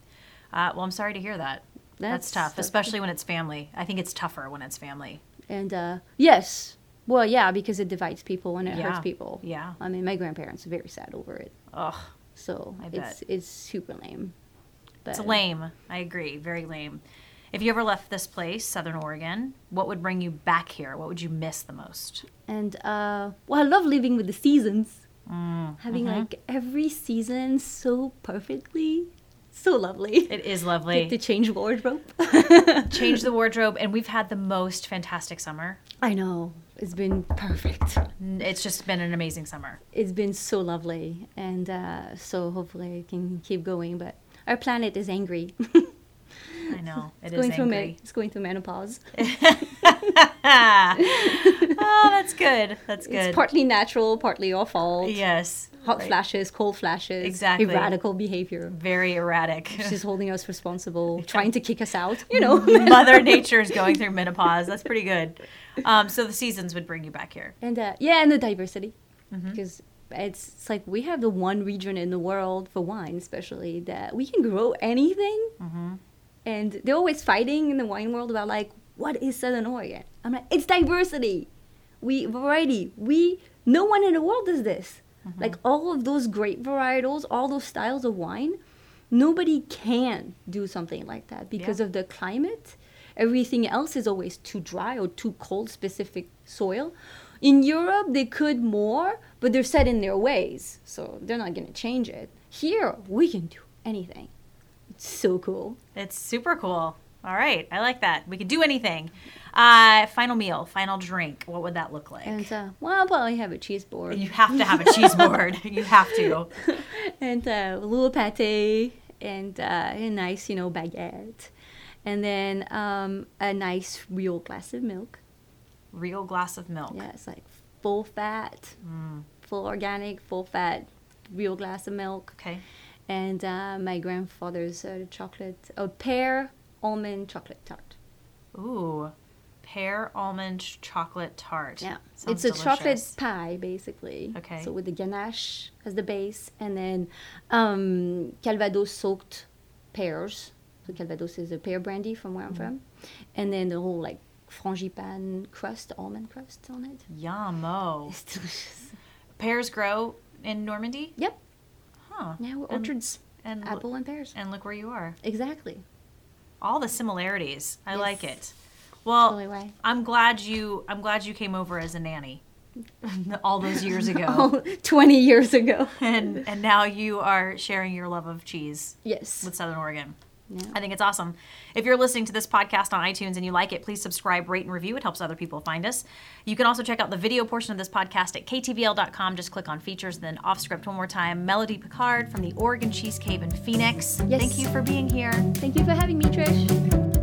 Speaker 1: Uh, well, I'm sorry to hear that. That's, tough, especially when it's family. I think it's tougher when it's family.
Speaker 2: And uh, yes, well, yeah, because it divides people and it
Speaker 1: Yeah.
Speaker 2: hurts people.
Speaker 1: Yeah.
Speaker 2: I mean, my grandparents are very sad over it,
Speaker 1: Ugh.
Speaker 2: so
Speaker 1: I
Speaker 2: it's it's super lame. But
Speaker 1: It's lame. I agree. Very lame. If you ever left this place, Southern Oregon, what would bring you back here? What would you miss the most?
Speaker 2: And uh, well, I love living with the seasons,
Speaker 1: Mm.
Speaker 2: having like every season so perfectly, so lovely.
Speaker 1: It is
Speaker 2: Like the
Speaker 1: lovely.
Speaker 2: change wardrobe.
Speaker 1: Change the wardrobe, and we've had the most fantastic summer.
Speaker 2: I know. It's been perfect.
Speaker 1: N- It's just been an amazing summer.
Speaker 2: It's been so lovely. And uh, so hopefully it can keep going. But our planet is angry.
Speaker 1: I know. It
Speaker 2: going
Speaker 1: is
Speaker 2: through men-
Speaker 1: angry. Ah.
Speaker 2: it's going through menopause.
Speaker 1: oh, that's good. That's good.
Speaker 2: It's partly natural, partly our fault.
Speaker 1: yes.
Speaker 2: Hot
Speaker 1: Right.
Speaker 2: flashes, cold flashes,
Speaker 1: Exactly.
Speaker 2: radical behavior.
Speaker 1: Very erratic.
Speaker 2: She's holding us responsible, trying to kick us out. You know,
Speaker 1: Mother Nature is going through menopause. That's pretty good. Um, so the seasons would bring you back here.
Speaker 2: and uh, yeah, and the diversity, because it's, it's like we have the one region in the world for wine, especially that we can grow anything, and they're always fighting in the wine world about like what is Southern Oregon. I'm like, it's diversity, we variety, we no one in the world does this. Like all of those great varietals, all those styles of wine, nobody can do something like that because
Speaker 1: Yeah.
Speaker 2: of the climate. Everything else is always too dry or too cold, specific soil. In Europe, they could more, but they're set in their ways, so they're not going to change it. Here, we can do anything. It's so cool.
Speaker 1: It's super cool. All right, I like that. We could do anything. Uh, final meal, final drink. What would that look like?
Speaker 2: And uh, well, I'll probably have a cheese board
Speaker 1: you have to have a cheese board. You have to.
Speaker 2: and uh, a little pate and uh, a nice, you know, baguette. And then um, a nice real glass of milk.
Speaker 1: Real glass of milk.
Speaker 2: Yeah, it's like full fat,
Speaker 1: Mm.
Speaker 2: full organic, full fat, real glass of milk.
Speaker 1: Okay.
Speaker 2: And uh, my grandfather's uh, chocolate, a pear almond chocolate tart.
Speaker 1: Ooh, pear almond chocolate tart.
Speaker 2: Yeah,
Speaker 1: Sounds
Speaker 2: it's a chocolate
Speaker 1: delicious.
Speaker 2: pie basically.
Speaker 1: Okay.
Speaker 2: So with the ganache as the base, and then um, Calvados soaked pears. So Calvados is a pear brandy from
Speaker 1: Mm.
Speaker 2: where I'm from, and then the whole like frangipane crust, almond crust on it.
Speaker 1: Yummo.
Speaker 2: It's delicious.
Speaker 1: Pears grow in Normandy?
Speaker 2: Yep.
Speaker 1: Huh.
Speaker 2: Yeah, we're
Speaker 1: And-
Speaker 2: orchards,
Speaker 1: And look,
Speaker 2: apple and pears.
Speaker 1: and look where you are.
Speaker 2: Exactly.
Speaker 1: All the similarities. I like
Speaker 2: Yes. Oh,
Speaker 1: it. Well,
Speaker 2: Totally right.
Speaker 1: I'm glad you I'm glad you came over as a nanny all those years ago.
Speaker 2: Oh, 20 years ago.
Speaker 1: and and now you are sharing your love of cheese
Speaker 2: Yes.
Speaker 1: with Southern Oregon.
Speaker 2: Yeah.
Speaker 1: I think it's awesome. If you're listening to this podcast on iTunes and you like it, please subscribe, rate, and review. It helps other people find us. You can also check out the video portion of this podcast at ktbl.com. Just click on features, then off script one more time. Melody Picard from the Oregon Cheese Cave in Phoenix.
Speaker 2: Yes.
Speaker 1: Thank you for being here.
Speaker 2: Thank you for having me, Trish.